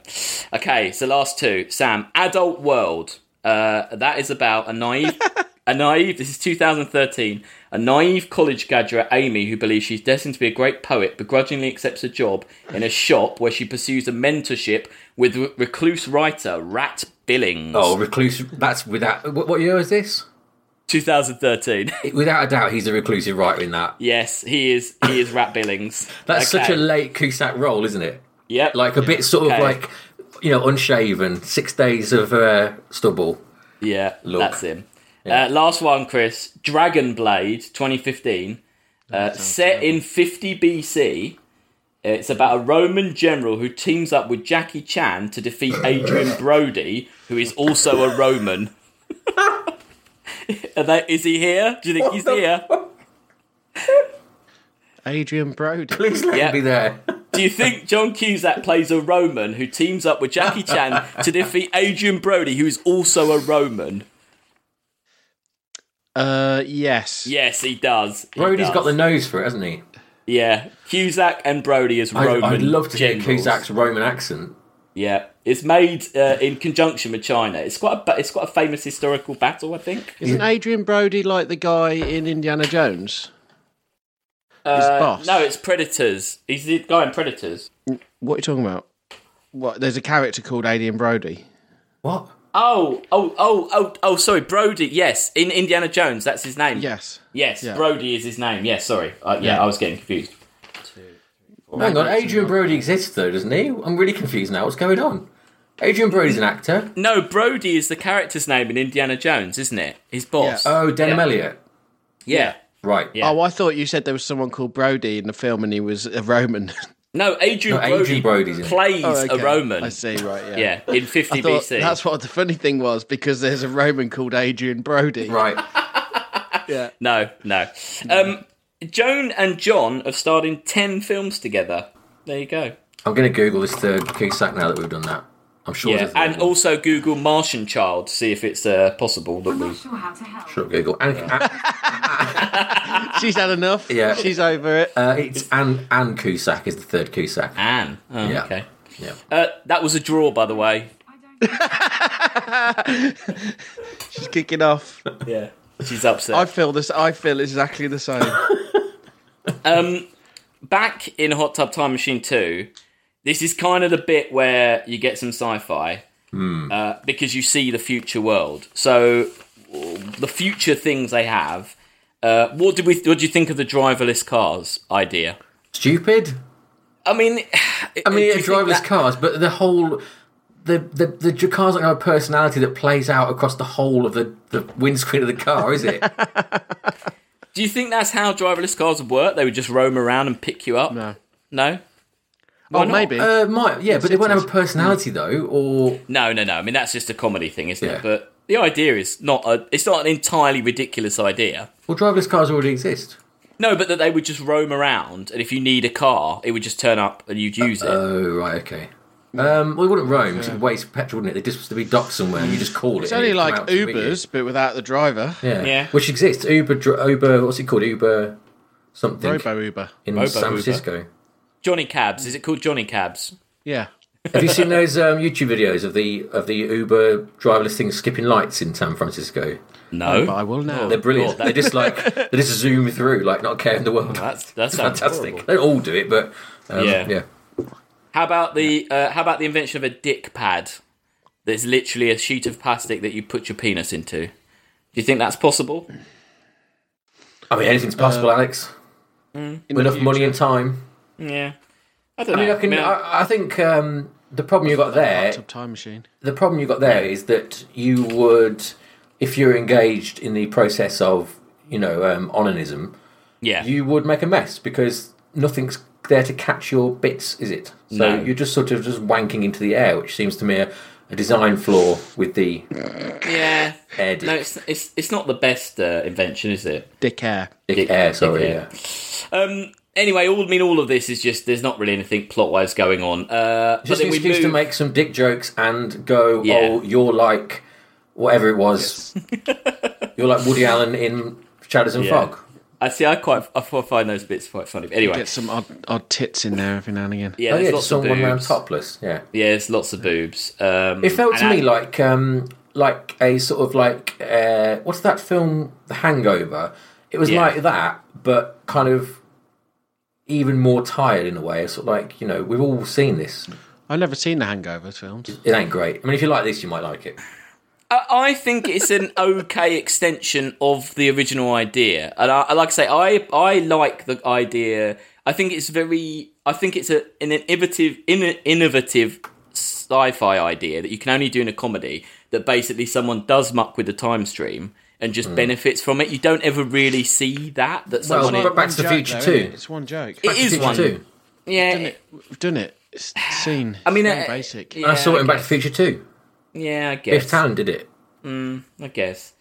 [SPEAKER 1] Okay, so last two. Sam, Adult World. Uh, that is about a naive. A naive, this is 2013. A naive college graduate, Amy, who believes she's destined to be a great poet, begrudgingly accepts a job in a shop where she pursues a mentorship with re- recluse writer Rat Billings.
[SPEAKER 2] Oh, recluse. That's without. What, what year is this?
[SPEAKER 1] 2013.
[SPEAKER 2] Without a doubt, he's a reclusive writer in that.
[SPEAKER 1] yes, he is. He is Rat Billings.
[SPEAKER 2] That's such
[SPEAKER 1] Okay.
[SPEAKER 2] a late Cusack role, isn't it?
[SPEAKER 1] Yep.
[SPEAKER 2] Like a bit sort
[SPEAKER 1] Okay.
[SPEAKER 2] of like, you know, unshaven, six days of uh, stubble.
[SPEAKER 1] Yeah,
[SPEAKER 2] Look.
[SPEAKER 1] that's him. Uh, last one, Chris. Dragon Blade 2015, uh, set in 50 BC. It's about a Roman general who teams up with Jackie Chan to defeat Adrian Brody, who is also a Roman. Are they, is he here? Do you think he's here?
[SPEAKER 3] Adrian Brody.
[SPEAKER 2] Please let
[SPEAKER 1] Yeah.
[SPEAKER 2] him be there.
[SPEAKER 1] Do you think John Cusack plays a Roman who teams up with Jackie Chan to defeat Adrian Brody, who is also a Roman?
[SPEAKER 3] Uh, yes.
[SPEAKER 1] Yes, he does. He
[SPEAKER 2] Brody's
[SPEAKER 1] does.
[SPEAKER 2] got the nose for it, hasn't he?
[SPEAKER 1] Yeah, Cusack and Brody as
[SPEAKER 2] I,
[SPEAKER 1] Roman.
[SPEAKER 2] I'd love to hear
[SPEAKER 1] generals.
[SPEAKER 2] Cusack's Roman accent.
[SPEAKER 1] Yeah, it's made uh, in conjunction with China. It's quite a ba- it's quite a famous historical battle, I think.
[SPEAKER 3] Isn't Adrian Brody like the guy in Indiana Jones? His boss.
[SPEAKER 1] Uh, No, it's Predators. He's the guy in Predators.
[SPEAKER 3] What are you talking about? what? There's a character called Alien Brody.
[SPEAKER 2] What?
[SPEAKER 1] Oh, oh, oh, oh, oh, sorry, Brody. Yes, in Indiana Jones, that's his name.
[SPEAKER 3] Yes.
[SPEAKER 1] Yes,
[SPEAKER 3] Yeah.
[SPEAKER 1] Brody is his name. Yes, sorry. Uh, yeah, I was getting confused.
[SPEAKER 2] Hang on, Adrian Brody exists though, doesn't he? I'm really confused now. What's going on? Adrian Brody's an actor.
[SPEAKER 1] No, Brody is the character's name in Indiana Jones, isn't it? His boss.
[SPEAKER 3] Yeah.
[SPEAKER 1] Yeah.
[SPEAKER 2] Oh, Denham Elliott. Right.
[SPEAKER 1] Yeah.
[SPEAKER 3] Oh, I thought you said there was someone called Brody in the film, and he was a Roman.
[SPEAKER 1] No, Adrian
[SPEAKER 2] No,
[SPEAKER 1] Brody
[SPEAKER 2] Adrian Brody's in it.
[SPEAKER 1] plays
[SPEAKER 3] Oh, okay.
[SPEAKER 1] a Roman.
[SPEAKER 3] I see. Right. Yeah.
[SPEAKER 1] Yeah, in 50
[SPEAKER 3] I thought
[SPEAKER 1] BC.
[SPEAKER 3] That's what the funny thing was because there's a Roman called Adrian Brody.
[SPEAKER 2] Right.
[SPEAKER 3] Yeah.
[SPEAKER 1] No, no. Um, Joan and John have starred in 10 films together. There you go.
[SPEAKER 2] I'm going to Google this third Cusack now that we've done that. I'm sure.
[SPEAKER 1] Yeah,
[SPEAKER 2] there's a third
[SPEAKER 1] and
[SPEAKER 2] one.
[SPEAKER 1] also Google Martian Child to see if it's uh, possible that
[SPEAKER 4] I'm
[SPEAKER 1] we.
[SPEAKER 4] not sure how to help.
[SPEAKER 2] Sure, Google. And,
[SPEAKER 3] She's had enough.
[SPEAKER 2] Yeah.
[SPEAKER 3] She's over it.
[SPEAKER 2] uh, it's and and Cusack is the third Cusack.
[SPEAKER 1] Anne. Oh,
[SPEAKER 2] Yeah.
[SPEAKER 1] okay.
[SPEAKER 2] Yeah.
[SPEAKER 1] Uh, that was a draw, by the way.
[SPEAKER 4] I don't know.
[SPEAKER 3] She's kicking off.
[SPEAKER 1] Yeah. She's upset.
[SPEAKER 3] I feel this. I feel exactly the same.
[SPEAKER 1] back in Hot Tub Time Machine 2, this is kind of the bit where you get some sci fi uh, because you see the future world. So, the future things they have. Uh, what did we? What do you think of the driverless cars idea?
[SPEAKER 2] Stupid.
[SPEAKER 1] I mean, uh,
[SPEAKER 2] I mean, yeah,
[SPEAKER 1] do you think
[SPEAKER 2] driverless
[SPEAKER 1] that-
[SPEAKER 2] cars, but the whole the the the j- cars don't have a personality that plays out across the whole of the the windscreen of the car, is it?
[SPEAKER 1] Do you think that's how driverless cars would work? They would just roam around and pick you up.
[SPEAKER 3] No.
[SPEAKER 1] no,
[SPEAKER 3] Well,
[SPEAKER 1] not?
[SPEAKER 3] maybe.
[SPEAKER 2] uh, might yeah, but it won't have a personality though, or
[SPEAKER 1] no, no, no. I mean, that's just a comedy thing, isn't
[SPEAKER 2] Yeah.
[SPEAKER 1] it? But the idea is not a. It's not an entirely ridiculous idea.
[SPEAKER 2] well, driverless cars already exist.
[SPEAKER 1] No, but that they would just roam around, and if you need a car, it would just turn up and you'd use it.
[SPEAKER 2] Oh right, okay. Um, well, it wouldn't roam. 'cause It'd waste petrol, wouldn't it? They just supposed to be docked somewhere. and You just call it.
[SPEAKER 3] it's only like
[SPEAKER 2] Ubers.
[SPEAKER 3] Ubers, but without the driver.
[SPEAKER 2] Yeah.
[SPEAKER 1] Yeah.
[SPEAKER 2] Which exists. Uber, dr- Uber, what's it called? Uber something
[SPEAKER 3] Robo Uber.
[SPEAKER 2] in
[SPEAKER 1] Robo
[SPEAKER 2] San
[SPEAKER 1] Uber.
[SPEAKER 2] Francisco.
[SPEAKER 1] Johnny Cabs. Is it called Johnny Cabs?
[SPEAKER 3] Yeah.
[SPEAKER 2] Have you seen those um, YouTube videos of the of the Uber driverless things skipping lights in San Francisco?
[SPEAKER 1] No.
[SPEAKER 3] But I will now.
[SPEAKER 2] They're brilliant.
[SPEAKER 1] God, that-
[SPEAKER 2] they just like they just zoom through, like not caring the world.
[SPEAKER 1] that's that sounds
[SPEAKER 2] fantastic.
[SPEAKER 1] horrible.
[SPEAKER 2] They don't all do it, but um,
[SPEAKER 1] Yeah.
[SPEAKER 2] yeah.
[SPEAKER 1] How about the uh, how about the invention of a dick pad? That's literally a sheet of plastic that you put your penis into. Do you think that's possible?
[SPEAKER 2] I mean, anything's
[SPEAKER 1] Uh,
[SPEAKER 2] possible, Alex.
[SPEAKER 1] mm,
[SPEAKER 2] With enough money and time.
[SPEAKER 1] Yeah. I don't
[SPEAKER 2] I mean,
[SPEAKER 1] know.
[SPEAKER 2] I can. I, I think um, the problem you got there
[SPEAKER 3] Hot tub time machine.
[SPEAKER 2] the problem you got there is that you would, if you're engaged in the process of, you know, um, onanism,
[SPEAKER 1] yeah.
[SPEAKER 2] you would make a mess because nothing's there to catch your bits, is it? So
[SPEAKER 1] No.
[SPEAKER 2] you're just sort of just wanking into the air, which seems to me a, a design flaw with the
[SPEAKER 1] yeah.
[SPEAKER 2] air dick,
[SPEAKER 1] No, it's it's it's not the best uh, invention, is it?
[SPEAKER 3] Dick air.
[SPEAKER 2] dick air. Sorry,
[SPEAKER 1] air.
[SPEAKER 2] yeah.
[SPEAKER 1] Um. Anyway, all I mean, all of this is just there's not really anything plot wise going on. Uh, but
[SPEAKER 2] just an
[SPEAKER 1] then we
[SPEAKER 2] excuse to
[SPEAKER 1] move-
[SPEAKER 2] make some dick jokes and go,
[SPEAKER 1] Yeah.
[SPEAKER 2] oh, you're like whatever it was. you're like Woody Allen in Shadows and
[SPEAKER 1] Yeah.
[SPEAKER 2] Fog.
[SPEAKER 1] I see. I quite I find those bits quite funny. But anyway,
[SPEAKER 3] Get some odd, odd tits in there every now and again.
[SPEAKER 1] yeah,
[SPEAKER 2] Oh
[SPEAKER 1] there's
[SPEAKER 2] yeah, just
[SPEAKER 1] lots of
[SPEAKER 2] someone around
[SPEAKER 1] boobs.
[SPEAKER 2] topless. Yeah.
[SPEAKER 1] Yeah, there's lots of boobs. Um,
[SPEAKER 2] It felt
[SPEAKER 1] and
[SPEAKER 2] to
[SPEAKER 1] I-
[SPEAKER 2] me like um, like a sort of like uh, what's that film, The Hangover? It was
[SPEAKER 1] Yeah.
[SPEAKER 2] like that, but kind of even more tired in a way. Sort of like you know we've all seen this.
[SPEAKER 3] I've never seen the Hangover films.
[SPEAKER 2] It ain't great. I mean, if you like this, you might like it.
[SPEAKER 1] I, I think it's an okay extension of the original idea, and I, I- like I say, I I like the idea. I think it's very. I think it's a, an innovative, in, innovative sci-fi idea that you can only do in a comedy. That basically someone does muck with the time stream and just benefits from it. You don't ever really see that. That
[SPEAKER 2] Hmm. Well,
[SPEAKER 1] someone.
[SPEAKER 2] but Back to the
[SPEAKER 3] joke,
[SPEAKER 2] Future
[SPEAKER 3] though,
[SPEAKER 2] too.
[SPEAKER 3] isn't it? It's one joke.
[SPEAKER 1] it is
[SPEAKER 2] Future
[SPEAKER 1] one.
[SPEAKER 2] Two.
[SPEAKER 1] Yeah,
[SPEAKER 3] Done it. We've done it. It's seen.
[SPEAKER 1] I mean,
[SPEAKER 3] It's very
[SPEAKER 1] uh,
[SPEAKER 3] basic.
[SPEAKER 1] yeah.
[SPEAKER 2] And I saw it in
[SPEAKER 1] okay.
[SPEAKER 2] Back to the Future too.
[SPEAKER 1] yeah. I
[SPEAKER 2] Biff
[SPEAKER 1] guess.
[SPEAKER 2] Tannen did it.
[SPEAKER 1] I guess.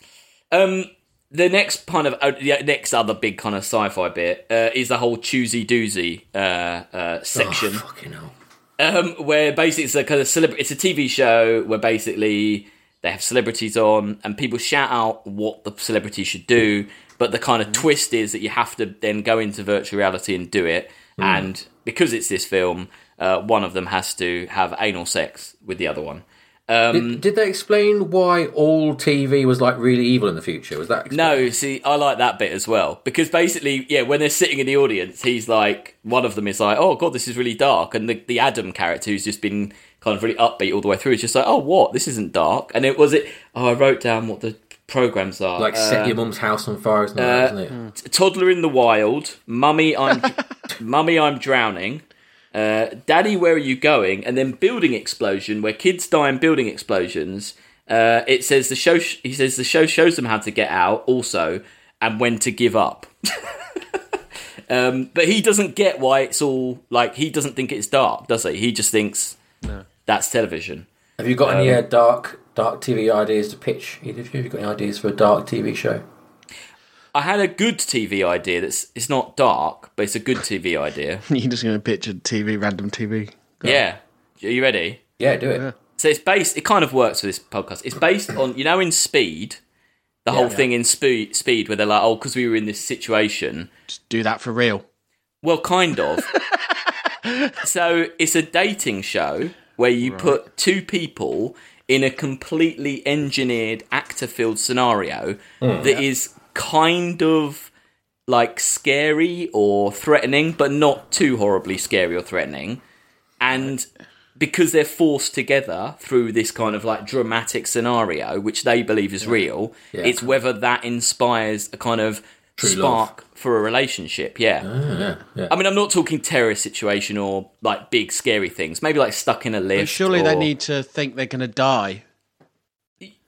[SPEAKER 1] Um, the next kind of uh, the next other big kind of sci-fi bit uh, is the whole choosy doozy uh, uh, section,
[SPEAKER 2] Oh, fucking hell.
[SPEAKER 1] um, where basically it's a kind of celeb- it's a TV show where basically they have celebrities on and people shout out what the celebrity should do, but the kind of twist is that you have to then go into virtual reality and do it, and because it's this film, uh, one of them has to have anal sex with the other one. Um,
[SPEAKER 2] Did they explain why all TV was like really evil in the future? Was that explained?
[SPEAKER 1] No, see, I like that bit as well because basically, yeah, when they're sitting in the audience, he's like, one of them is like, "Oh God, this is really dark," and the, the Adam character who's just been kind of really upbeat all the way through is just like, "Oh, what? This isn't dark." And it was it. Oh, I wrote down what the programs are.
[SPEAKER 2] Like set your mum's house on fire, isn't that, isn't it?
[SPEAKER 1] Toddler in the Wild, Mummy, I'm Mummy, I'm drowning. Uh, Daddy, where are you going? And then building explosion, where kids die in building explosions. Uh, it says the show. Sh- he says the show shows them how to get out, also, and when to give up. um, but he doesn't get why it's all like he doesn't think it's dark, does he? He just thinks that's television.
[SPEAKER 2] Have you got any uh, dark dark TV ideas to pitch? Either of you, have you got any ideas for a dark TV show?
[SPEAKER 1] I had a good TV idea. That's it's not dark, but it's a good TV idea.
[SPEAKER 3] You're just going to pitch a TV, random TV. Go on.
[SPEAKER 1] yeah, are you ready?
[SPEAKER 2] Yeah, do it.
[SPEAKER 1] So it's based. It kind of works for this podcast. It's based on you know in Speed, the whole thing in Speed, Speed where they're like, oh, because we were in this situation.
[SPEAKER 3] Just do that for real.
[SPEAKER 1] Well, kind of. so it's a dating show where you put two people in a completely engineered actor-filled scenario that is kind of like scary or threatening, but not too horribly scary or threatening. And because they're forced together through this kind of like dramatic scenario, which they believe is real, it's whether that inspires a kind of spark for a relationship. Yeah. I mean, I'm not talking terrorist situation or like big scary things. Maybe like stuck in a lift.
[SPEAKER 3] Surely they
[SPEAKER 1] or-
[SPEAKER 3] need to think they're going to die.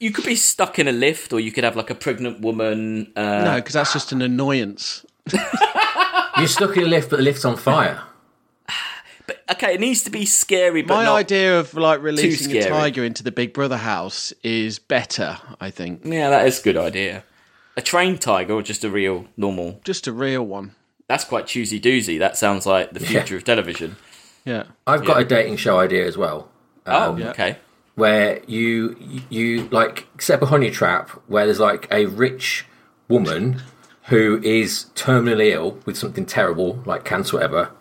[SPEAKER 1] You could be stuck in a lift, or you could have like a pregnant woman. Uh,
[SPEAKER 3] No, because that's just an annoyance.
[SPEAKER 2] You're stuck in a lift, but the lift's on fire.
[SPEAKER 1] but okay, it needs to be scary, but
[SPEAKER 3] My
[SPEAKER 1] not.
[SPEAKER 3] idea of like releasing a
[SPEAKER 1] scary.
[SPEAKER 3] tiger into the Big Brother house is better. I think
[SPEAKER 1] Yeah, that is a good idea. A trained tiger or just a real normal?
[SPEAKER 3] just a real one.
[SPEAKER 1] That's quite choosy doozy. That sounds like the future of television.
[SPEAKER 3] Yeah,
[SPEAKER 2] I've got a dating show idea as well.
[SPEAKER 1] Oh, okay.
[SPEAKER 2] where you you like set up a honey trap where there's like a rich woman who is terminally ill with something terrible like cancer whatever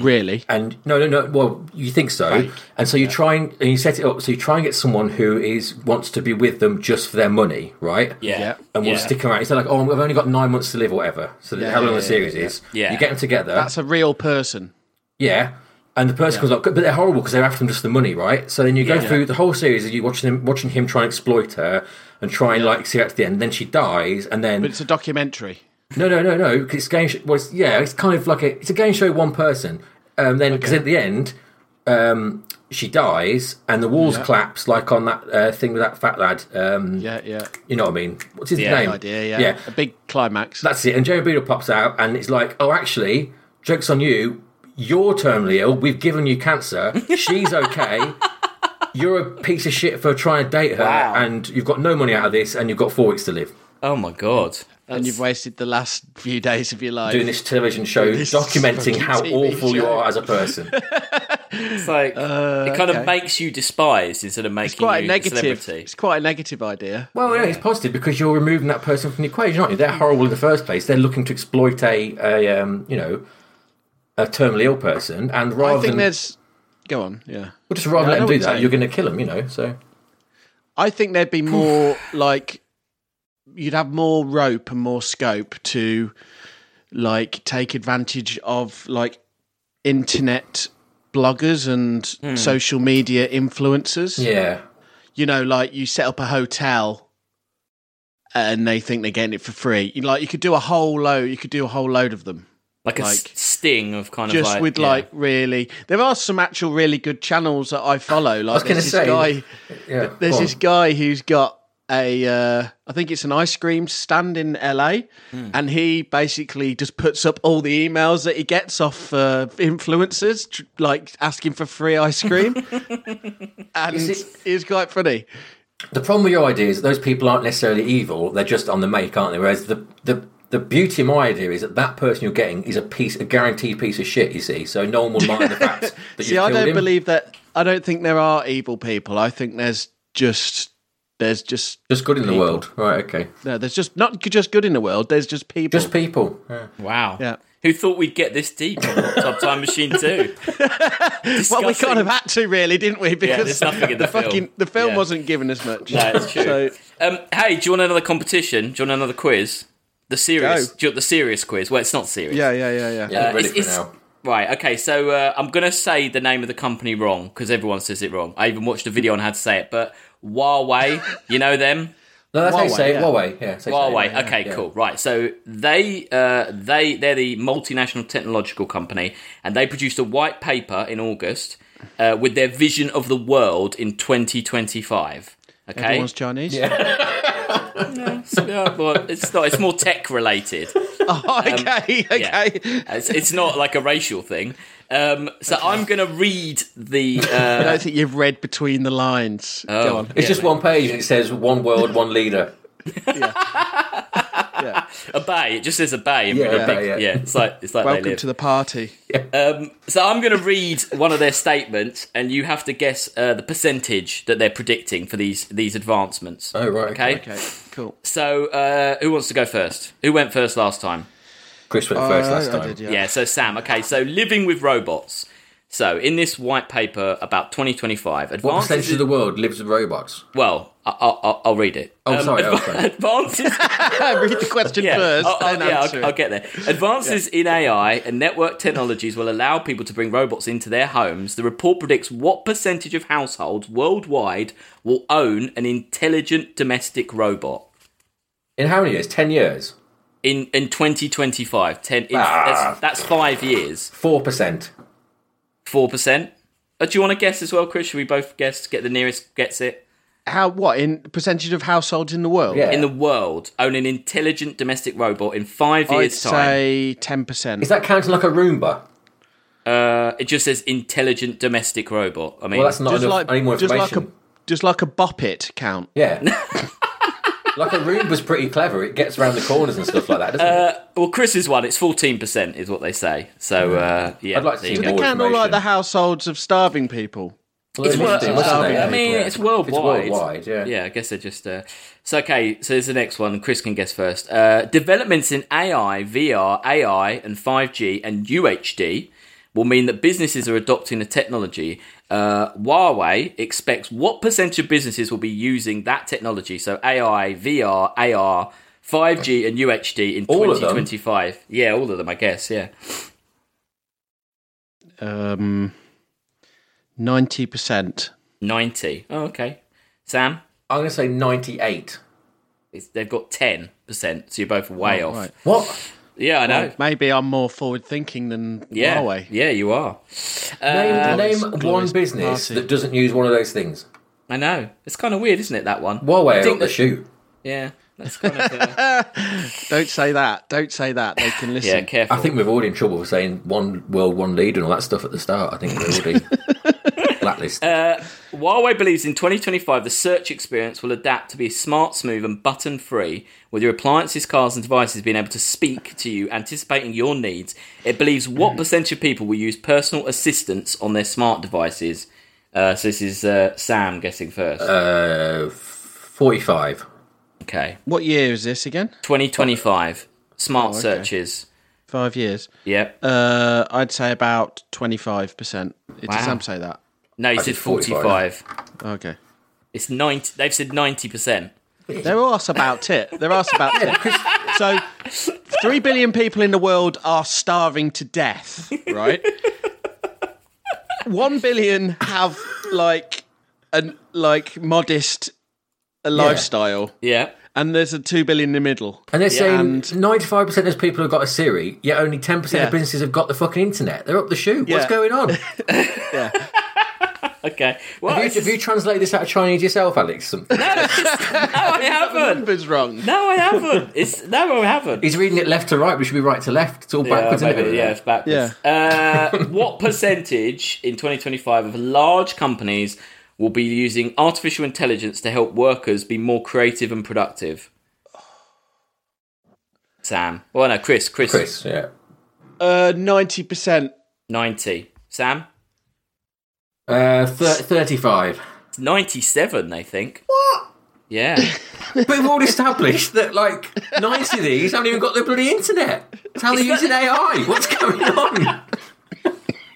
[SPEAKER 3] really.
[SPEAKER 2] and no no no well you think so and so you try and, and you set it up so you try and get someone who is wants to be with them just for their money right
[SPEAKER 1] Yeah.
[SPEAKER 3] Yeah.
[SPEAKER 2] and will
[SPEAKER 1] Yeah.
[SPEAKER 2] stick around instead like oh i've only got nine months to live or whatever so how long
[SPEAKER 3] yeah,
[SPEAKER 2] the series is
[SPEAKER 1] Yeah.
[SPEAKER 2] you get them together
[SPEAKER 3] That's a real person.
[SPEAKER 2] yeah. And the person comes up, but they're horrible because they're after him just the money, right? So then you go
[SPEAKER 1] Yeah.
[SPEAKER 2] through the whole series and you watching him, watching him try and exploit her and try and like see her to the end. Then she dies, and then
[SPEAKER 3] But it's a documentary.
[SPEAKER 2] no, no, no, no. 'cause It's game. Show, well, it's, yeah, it's kind of like a it's a game show one person. Um, then because at the end, um, she dies and the walls collapse like on that uh, thing with that fat lad. Um,
[SPEAKER 3] Yeah, yeah.
[SPEAKER 2] You know what I mean? What's his
[SPEAKER 1] Yeah,
[SPEAKER 2] name?
[SPEAKER 3] Idea. Yeah.
[SPEAKER 2] yeah.
[SPEAKER 3] a big climax.
[SPEAKER 2] That's it. And Jerry Beadle pops out and it's like, oh, actually, joke's on you. You're terminally ill. We've given you cancer. She's okay. You're a piece of shit for trying to date her.
[SPEAKER 1] Wow.
[SPEAKER 2] And you've got no money out of this and you've got four weeks to live.
[SPEAKER 1] Oh my god.
[SPEAKER 3] and you've wasted the last few days of your life.
[SPEAKER 2] Doing this television show
[SPEAKER 3] This
[SPEAKER 2] documenting
[SPEAKER 3] fucking
[SPEAKER 2] how
[SPEAKER 3] TV
[SPEAKER 2] awful you
[SPEAKER 3] show.
[SPEAKER 2] are as a person.
[SPEAKER 1] It's like it kind
[SPEAKER 3] Uh, okay.
[SPEAKER 1] of makes you despised instead of making
[SPEAKER 3] It's quite a
[SPEAKER 1] you
[SPEAKER 3] negative.
[SPEAKER 1] celebrity.
[SPEAKER 3] It's quite a negative idea.
[SPEAKER 2] well, yeah, it's positive because you're removing that person from the equation, aren't you? They're horrible in the first place. They're looking to exploit a, a um, you know, a terminally ill person. And rather
[SPEAKER 3] I think
[SPEAKER 2] than,
[SPEAKER 3] there's. Go on. Yeah.
[SPEAKER 2] well, just rather
[SPEAKER 3] Yeah, I
[SPEAKER 2] than
[SPEAKER 3] know
[SPEAKER 2] do
[SPEAKER 3] what you're
[SPEAKER 2] that,
[SPEAKER 3] saying.
[SPEAKER 2] you're going to kill them, you know, so...
[SPEAKER 3] I think there'd be more like you'd have more rope and more scope to like take advantage of like internet bloggers and social media influencers.
[SPEAKER 2] Yeah.
[SPEAKER 3] You know, like you set up a hotel and they think they're getting it for free. You- Like you could do a whole load you could do a whole load of them.
[SPEAKER 1] Like a s-
[SPEAKER 3] like-
[SPEAKER 1] sting of kind of
[SPEAKER 3] Just
[SPEAKER 1] like,
[SPEAKER 3] with
[SPEAKER 1] yeah.
[SPEAKER 3] like really there are some actual really good channels that I follow. Like
[SPEAKER 2] gonna
[SPEAKER 3] there's this
[SPEAKER 2] say-
[SPEAKER 3] guy
[SPEAKER 2] Yeah.
[SPEAKER 3] There's
[SPEAKER 2] go on.
[SPEAKER 3] this guy who's got a, uh, I think it's an ice cream stand in LA, and he basically just puts up all the emails that he gets off uh, influencers, tr- like asking for free ice cream, and
[SPEAKER 2] Is it-
[SPEAKER 3] it's quite funny.
[SPEAKER 2] The problem with your idea is that those people aren't necessarily evil; they're just on the make, aren't they? Whereas the the the beauty of my idea is that that person you're getting is a piece, a guaranteed piece of shit. You see, so no one will mind the fact that
[SPEAKER 3] See,
[SPEAKER 2] you
[SPEAKER 3] I
[SPEAKER 2] killed
[SPEAKER 3] don't
[SPEAKER 2] him.
[SPEAKER 3] believe that. I don't think there are evil people. I think there's just there's just
[SPEAKER 2] just good in the world, right? Okay,
[SPEAKER 3] no, there's just not just good in the world. There's just people.
[SPEAKER 2] just people. Uh, Yeah.
[SPEAKER 1] wow.
[SPEAKER 3] Yeah.
[SPEAKER 1] Who thought we'd get this deep on Top Time Machine 2?
[SPEAKER 3] Well, we
[SPEAKER 1] Discussing-
[SPEAKER 3] kind of had to, really, didn't we? Because
[SPEAKER 1] there's nothing in the film.
[SPEAKER 3] fucking the film
[SPEAKER 1] Yeah.
[SPEAKER 3] wasn't giving us much.
[SPEAKER 1] No, it's true.
[SPEAKER 3] So,
[SPEAKER 1] Um, hey, do you want another competition? Do you want another quiz? The serious,
[SPEAKER 3] Go.
[SPEAKER 1] do you want the serious quiz? Well, it's not serious.
[SPEAKER 3] yeah, yeah, yeah, yeah.
[SPEAKER 2] Yeah,
[SPEAKER 1] Uh,
[SPEAKER 2] ready
[SPEAKER 1] it's-
[SPEAKER 2] for
[SPEAKER 1] it's-
[SPEAKER 2] now.
[SPEAKER 1] Right. Okay. So uh, I'm gonna say the name of the company wrong because everyone says it wrong. I even watched a video on how to say it, but Huawei. you know them.
[SPEAKER 2] No, that's how you
[SPEAKER 3] Huawei,
[SPEAKER 2] say it.
[SPEAKER 3] yeah.
[SPEAKER 2] Huawei, yeah. say-
[SPEAKER 1] Huawei.
[SPEAKER 2] yeah,
[SPEAKER 1] Oh, okay,
[SPEAKER 2] yeah.
[SPEAKER 1] cool. Right. So they uh, they they're the multinational technological company, and they produced a white paper in August uh, with their vision of the world in 2025. Okay.
[SPEAKER 3] Everyone's Chinese.
[SPEAKER 1] Yeah, well, it's not. It's more tech related.
[SPEAKER 3] Oh,
[SPEAKER 1] um,
[SPEAKER 3] okay, okay.
[SPEAKER 1] It's, it's not like a racial thing. Um, so I'm gonna read the.
[SPEAKER 3] I
[SPEAKER 1] Uh,
[SPEAKER 3] don't think you've read between the lines.
[SPEAKER 1] Oh,
[SPEAKER 3] Go on.
[SPEAKER 2] It's just one page and it says one world, one leader.
[SPEAKER 1] a bay. It just says a bay. in
[SPEAKER 2] Yeah,
[SPEAKER 1] really big-
[SPEAKER 2] yeah, yeah.
[SPEAKER 1] It's like it's like they
[SPEAKER 3] Welcome
[SPEAKER 1] live.
[SPEAKER 3] to the party.
[SPEAKER 1] Um, so I'm going to read one of their statements, and you have to guess uh, the percentage that they're predicting for these these advancements.
[SPEAKER 2] Oh, right, okay,
[SPEAKER 1] Okay.
[SPEAKER 3] Okay, cool.
[SPEAKER 1] So uh, who wants to go first? Who went first last time?
[SPEAKER 2] Chris went first
[SPEAKER 3] Uh,
[SPEAKER 2] last
[SPEAKER 3] I
[SPEAKER 2] time.
[SPEAKER 3] did, yeah.
[SPEAKER 1] Yeah, so Sam. Okay, so living with robots. So in this white paper about 2025, advances.
[SPEAKER 2] What percentage of the world lives with robots?
[SPEAKER 1] Well, I, I, I'll- I'll read it.
[SPEAKER 2] Oh, sorry, oh, sorry.
[SPEAKER 1] Advances.
[SPEAKER 3] Read the question first,
[SPEAKER 1] I'll, I'll-
[SPEAKER 3] then
[SPEAKER 1] Oh, yeah,
[SPEAKER 3] answer
[SPEAKER 1] I'll, I'll
[SPEAKER 3] it.
[SPEAKER 1] get there. Advances in AI and network technologies will allow people to bring robots into their homes. The report predicts what percentage of households worldwide will own an intelligent domestic robot
[SPEAKER 2] In how many years? 10 years?
[SPEAKER 1] in in 2025. Ten. In,
[SPEAKER 2] Ah.
[SPEAKER 1] that's, that's five years.
[SPEAKER 2] 4%.
[SPEAKER 1] Four percent. Uh, Do you want to guess as well, Chris? Should we both guess? Get the nearest gets it
[SPEAKER 3] How what in percentage of households in the world?
[SPEAKER 2] Yeah.
[SPEAKER 1] in the world. Own an intelligent domestic robot in five
[SPEAKER 3] I'd
[SPEAKER 1] years' time.
[SPEAKER 3] say ten percent.
[SPEAKER 2] Is that counting like a Roomba?
[SPEAKER 1] Uh, it just says intelligent domestic robot. I mean,
[SPEAKER 2] Well, that's not
[SPEAKER 3] Just
[SPEAKER 2] enough.
[SPEAKER 3] like
[SPEAKER 2] I need more
[SPEAKER 3] just like
[SPEAKER 2] information.
[SPEAKER 3] a just like a bop it count.
[SPEAKER 2] Yeah. like a Roomba's pretty clever. It gets around the corners and stuff like that, doesn't it?
[SPEAKER 1] Well, Chris's one, it's 14%, is what they say. So, uh, yeah.
[SPEAKER 2] I'd like to
[SPEAKER 1] there
[SPEAKER 2] see
[SPEAKER 1] you
[SPEAKER 2] more.
[SPEAKER 1] go.
[SPEAKER 3] They count all like
[SPEAKER 2] information.
[SPEAKER 3] the households of starving people.
[SPEAKER 2] Well,
[SPEAKER 1] It's
[SPEAKER 2] it must do,
[SPEAKER 1] worldwide.
[SPEAKER 2] mustn't it?
[SPEAKER 1] I mean,
[SPEAKER 2] Yeah.
[SPEAKER 1] it's worldwide.
[SPEAKER 2] It's worldwide, yeah.
[SPEAKER 1] Yeah, I guess they're just. Uh... So, okay, so there's the next one. Chris can guess first. Uh, developments in AI, VR, AI, and 5G and UHD will mean that businesses are adopting the technology. Uh, Huawei expects what percentage of businesses will be using that technology? So, AI, VR, AR, 5G, and UHD in
[SPEAKER 2] All of them?
[SPEAKER 1] 2025. Yeah, all of them, I guess, yeah.
[SPEAKER 3] Um, ninety percent.
[SPEAKER 1] 90. Oh, okay. Sam,
[SPEAKER 2] I'm going to say 98.
[SPEAKER 1] it's, they've got 10%, so you're both way off.
[SPEAKER 3] Oh, right.
[SPEAKER 2] What?
[SPEAKER 1] Yeah, I know.
[SPEAKER 3] Maybe I'm more forward thinking than
[SPEAKER 1] yeah.
[SPEAKER 3] Huawei.
[SPEAKER 1] Yeah, you are. Uh,
[SPEAKER 2] Name, name
[SPEAKER 3] Glorious-
[SPEAKER 2] one
[SPEAKER 3] glorious
[SPEAKER 2] business
[SPEAKER 3] party.
[SPEAKER 2] that doesn't use one of those things.
[SPEAKER 1] I know. It's kind of weird, isn't it, that one?
[SPEAKER 2] Huawei are
[SPEAKER 1] think
[SPEAKER 2] up the
[SPEAKER 1] that-
[SPEAKER 2] shoe.
[SPEAKER 1] Yeah. That's kind of. Uh,
[SPEAKER 3] Don't say that. Don't say that. They can listen.
[SPEAKER 1] yeah, careful.
[SPEAKER 2] I think we're already in trouble for saying one world, one leader and all that stuff at the start. I think we're already blacklisted.
[SPEAKER 1] Uh, Huawei believes in 2025 the search experience will adapt to be smart, smooth, and button free, with your appliances, cars, and devices being able to speak to you, anticipating your needs. It believes what percentage of people will use personal assistants on their smart devices? Uh, so this is uh, Sam guessing first.
[SPEAKER 2] Uh, 45.
[SPEAKER 1] okay.
[SPEAKER 3] What year is this again?
[SPEAKER 1] 2025 smart searches.
[SPEAKER 3] Five years.
[SPEAKER 1] Yep.
[SPEAKER 3] Uh, I'd say about twenty-five percent. Did
[SPEAKER 1] Wow.
[SPEAKER 3] Sam say that?
[SPEAKER 1] no, you said
[SPEAKER 2] did
[SPEAKER 1] 45.
[SPEAKER 2] 45.
[SPEAKER 3] Okay.
[SPEAKER 1] It's 90 they've said 90%.
[SPEAKER 3] They're asked about it. They're asked about it. So, three billion people in the world are starving to death, right? One billion have like an like modest a lifestyle,
[SPEAKER 1] Yeah.
[SPEAKER 2] Uh,
[SPEAKER 3] and there's a two billion in the middle.
[SPEAKER 2] And they're saying
[SPEAKER 3] and-
[SPEAKER 2] 95% of those people have got a Siri, yet only 10%
[SPEAKER 3] Yeah.
[SPEAKER 2] of businesses have got the fucking internet. They're up the shoe.
[SPEAKER 3] Yeah.
[SPEAKER 2] What's going on? have,
[SPEAKER 1] Okay. Well,
[SPEAKER 2] you,
[SPEAKER 1] it's
[SPEAKER 2] have
[SPEAKER 1] just-
[SPEAKER 2] you translated this out of Chinese yourself, Alex? Something?
[SPEAKER 1] no, I haven't.
[SPEAKER 3] Numbers wrong.
[SPEAKER 1] No, I haven't. It's no, I haven't.
[SPEAKER 2] He's reading it left to right, we should be right to left. It's all backwards,
[SPEAKER 1] yeah,
[SPEAKER 2] isn't
[SPEAKER 1] maybe,
[SPEAKER 2] it?
[SPEAKER 1] yeah, it's backwards. Uh, what percentage in 2025 of large companies will be using artificial intelligence to help workers be more creative and productive? Sam. Well, no, Chris. Chris.
[SPEAKER 2] Chris, yeah.
[SPEAKER 3] Uh, ninety percent.
[SPEAKER 1] 90. Sam?
[SPEAKER 2] Uh, thir- 35.
[SPEAKER 1] It's 97, they think. Yeah.
[SPEAKER 2] But we've already established that like nine of these haven't even got the bloody internet. It's how they're using AI. What's going on?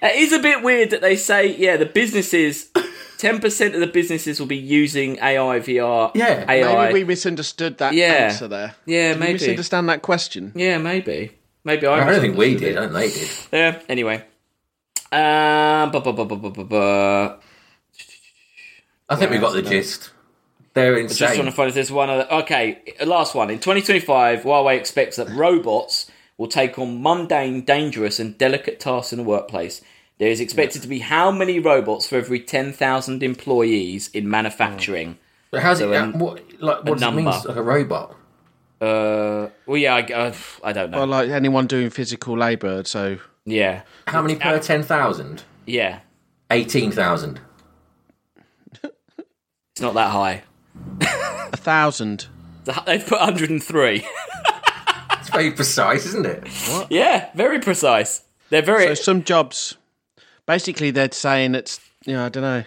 [SPEAKER 1] It is a bit weird that they say, yeah, the businesses, 10% of the businesses will be using AI, VR,
[SPEAKER 2] Yeah, maybe
[SPEAKER 1] AI.
[SPEAKER 3] Maybe we misunderstood that
[SPEAKER 1] Yeah.
[SPEAKER 3] answer there.
[SPEAKER 1] Yeah,
[SPEAKER 3] Did
[SPEAKER 1] maybe.
[SPEAKER 3] We misunderstand that question.
[SPEAKER 1] Yeah, maybe. Maybe I,
[SPEAKER 2] I don't think we
[SPEAKER 1] misunderstood
[SPEAKER 2] did.
[SPEAKER 1] it.
[SPEAKER 2] I don't think they did.
[SPEAKER 1] Yeah, anyway. Um, bu- bu- bu- bu- bu- bu- bu-
[SPEAKER 2] I think we got the gist. They're
[SPEAKER 1] Just trying to
[SPEAKER 2] insane.
[SPEAKER 1] find if there's one other. Okay, last one. In 2025, Huawei expects that robots will take on mundane, dangerous, and delicate tasks in the workplace. There is expected to be how many robots for every 10,000 employees in manufacturing?
[SPEAKER 2] But how's it?
[SPEAKER 1] um,
[SPEAKER 2] what like what does it mean?
[SPEAKER 1] number.
[SPEAKER 2] Like a robot?
[SPEAKER 1] Uh, well, yeah, I, uh, I don't know.
[SPEAKER 3] Well, like anyone doing physical labour, so
[SPEAKER 1] yeah,
[SPEAKER 2] How many per ten thousand?
[SPEAKER 1] yeah.
[SPEAKER 2] Eighteen thousand.
[SPEAKER 1] It's not that high.
[SPEAKER 3] a thousand.
[SPEAKER 1] They've put 103.
[SPEAKER 2] It's very precise, isn't it?
[SPEAKER 1] yeah, very precise. They're very.
[SPEAKER 3] So some jobs, basically, they're saying it's you know I don't know.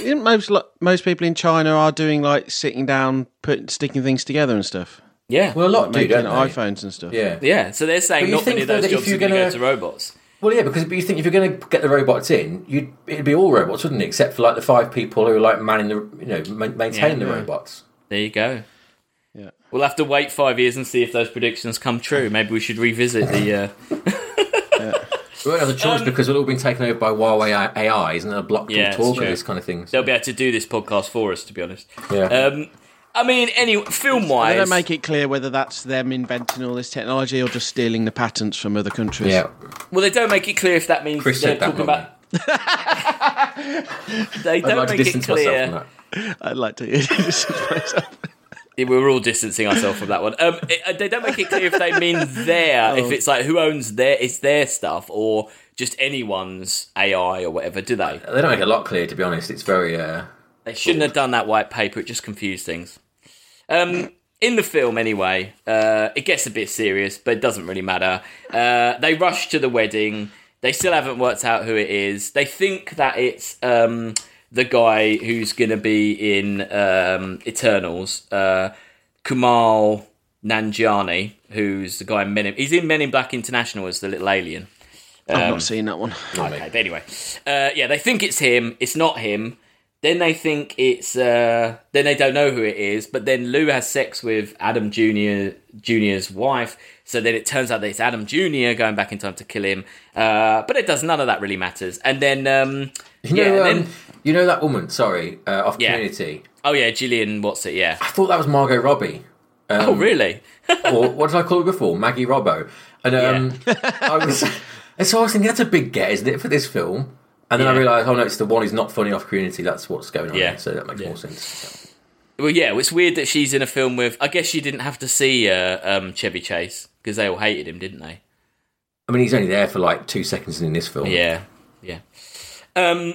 [SPEAKER 3] Isn't most lo- most people in China are doing like sitting down, putting sticking things together and stuff,
[SPEAKER 1] yeah.
[SPEAKER 2] Well, a lot do,
[SPEAKER 3] making
[SPEAKER 2] don't they?
[SPEAKER 3] iPhones and stuff.
[SPEAKER 2] Yeah.
[SPEAKER 1] yeah, so they're saying
[SPEAKER 2] you
[SPEAKER 1] not many
[SPEAKER 2] think,
[SPEAKER 1] of
[SPEAKER 2] though,
[SPEAKER 1] those
[SPEAKER 2] that if
[SPEAKER 1] jobs are
[SPEAKER 2] you're
[SPEAKER 1] going to go
[SPEAKER 2] gonna-
[SPEAKER 1] to robots.
[SPEAKER 2] Well, yeah, because but you think if you're going to get the robots in, you'd it'd be all robots, wouldn't it? Except for like the five people who are like manning the, you know, ma- maintaining the robots.
[SPEAKER 1] There you go.
[SPEAKER 3] Yeah.
[SPEAKER 1] We'll have to wait five years and see if those predictions come true. Maybe we should revisit the. Uh...
[SPEAKER 2] We won't have a choice because we'll all been taken over by Huawei AI- AIs and they'll block
[SPEAKER 1] Um, Yeah,
[SPEAKER 2] yeah,
[SPEAKER 1] it's
[SPEAKER 2] talk
[SPEAKER 1] true.
[SPEAKER 2] and this kind of thing.
[SPEAKER 1] They'll be able to do this podcast for us, to be honest.
[SPEAKER 2] Yeah.
[SPEAKER 1] Um, I mean, anyway, film
[SPEAKER 3] They
[SPEAKER 1] wise,
[SPEAKER 3] don't make it clear whether that's them inventing all this technology or just stealing the patents from other countries.
[SPEAKER 2] yeah.
[SPEAKER 1] well, they don't make it clear if that means
[SPEAKER 2] Chris
[SPEAKER 1] they're
[SPEAKER 2] said that.
[SPEAKER 1] talking
[SPEAKER 2] not
[SPEAKER 1] about. They
[SPEAKER 2] me. I'd
[SPEAKER 1] don't
[SPEAKER 2] like to
[SPEAKER 1] make it
[SPEAKER 2] distance myself from
[SPEAKER 1] clear.
[SPEAKER 2] that.
[SPEAKER 3] I'd like to distance
[SPEAKER 1] Um,
[SPEAKER 3] myself.
[SPEAKER 1] Yeah, we were all distancing ourselves from that one. Um, it- uh, they don't make it clear if they mean their, if it's like who owns their, it's their stuff or just anyone's AI or whatever, do they?
[SPEAKER 2] They don't make a lot clear, to be honest. It's very. Uh,
[SPEAKER 1] They shouldn't have done that white paper. It just confused things. Um, in the film, anyway, uh, it gets a bit serious, but it doesn't really matter. Uh, they rush to the wedding. They still haven't worked out who it is. They think that it's um, the guy who's going to be in um, Eternals, uh, Kumal Nanjiani, who's the guy in Men in... He's in Men in Black International as the little alien.
[SPEAKER 3] I've not seen that one.
[SPEAKER 1] Okay, but anyway, uh, yeah, they think it's him. It's not him. Then they think it's. Uh, then they don't know who it is. But then Lou has sex with Adam Junior Junior's wife. So then it turns out that it's Adam Junior going back in time to kill him. Uh, but it does none of that really matters. And then, um,
[SPEAKER 2] you know,
[SPEAKER 1] yeah, and
[SPEAKER 2] um,
[SPEAKER 1] then,
[SPEAKER 2] you know that woman. Sorry, uh, off
[SPEAKER 1] Yeah.
[SPEAKER 2] Community.
[SPEAKER 1] oh yeah, Gillian, what's it? Yeah.
[SPEAKER 2] I thought that was Margot Robbie. um,
[SPEAKER 1] oh really?
[SPEAKER 2] or what did I call her before? Maggie Robbo. And um, I was, and so I was thinking that's a big get, isn't it, for this film? And then I
[SPEAKER 1] Yeah.
[SPEAKER 2] realised, oh no, it's the one who's not funny off Community. That's what's going on.
[SPEAKER 1] Yeah.
[SPEAKER 2] Yeah. So that makes more sense.
[SPEAKER 1] Well, yeah. It's weird that she's in a film with. I guess she didn't have to see uh, um, Chevy Chase because they all hated him, didn't they?
[SPEAKER 2] I mean, he's only there for like two seconds in this film.
[SPEAKER 1] Yeah, yeah. Um,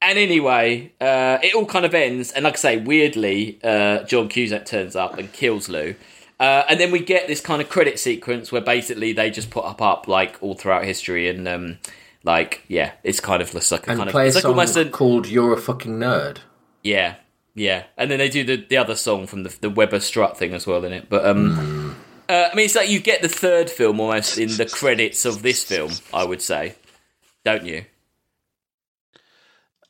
[SPEAKER 1] and anyway, uh, it all kind of ends, and like I say, weirdly, uh, John Cusack turns up and kills Lou. Uh, and then we get this kind of credit sequence where basically they just put up up like all throughout history, and um, like yeah, it's kind of it's like a
[SPEAKER 2] And
[SPEAKER 1] kind of
[SPEAKER 2] play a
[SPEAKER 1] it's like
[SPEAKER 2] song
[SPEAKER 1] almost a
[SPEAKER 2] called "You're a Fucking Nerd."
[SPEAKER 1] yeah, yeah. And then they do the, the other song from the the Weber Strut thing as well in it. But um, uh, I mean, it's like you get the third film almost in the credits of this film, I would say, don't you?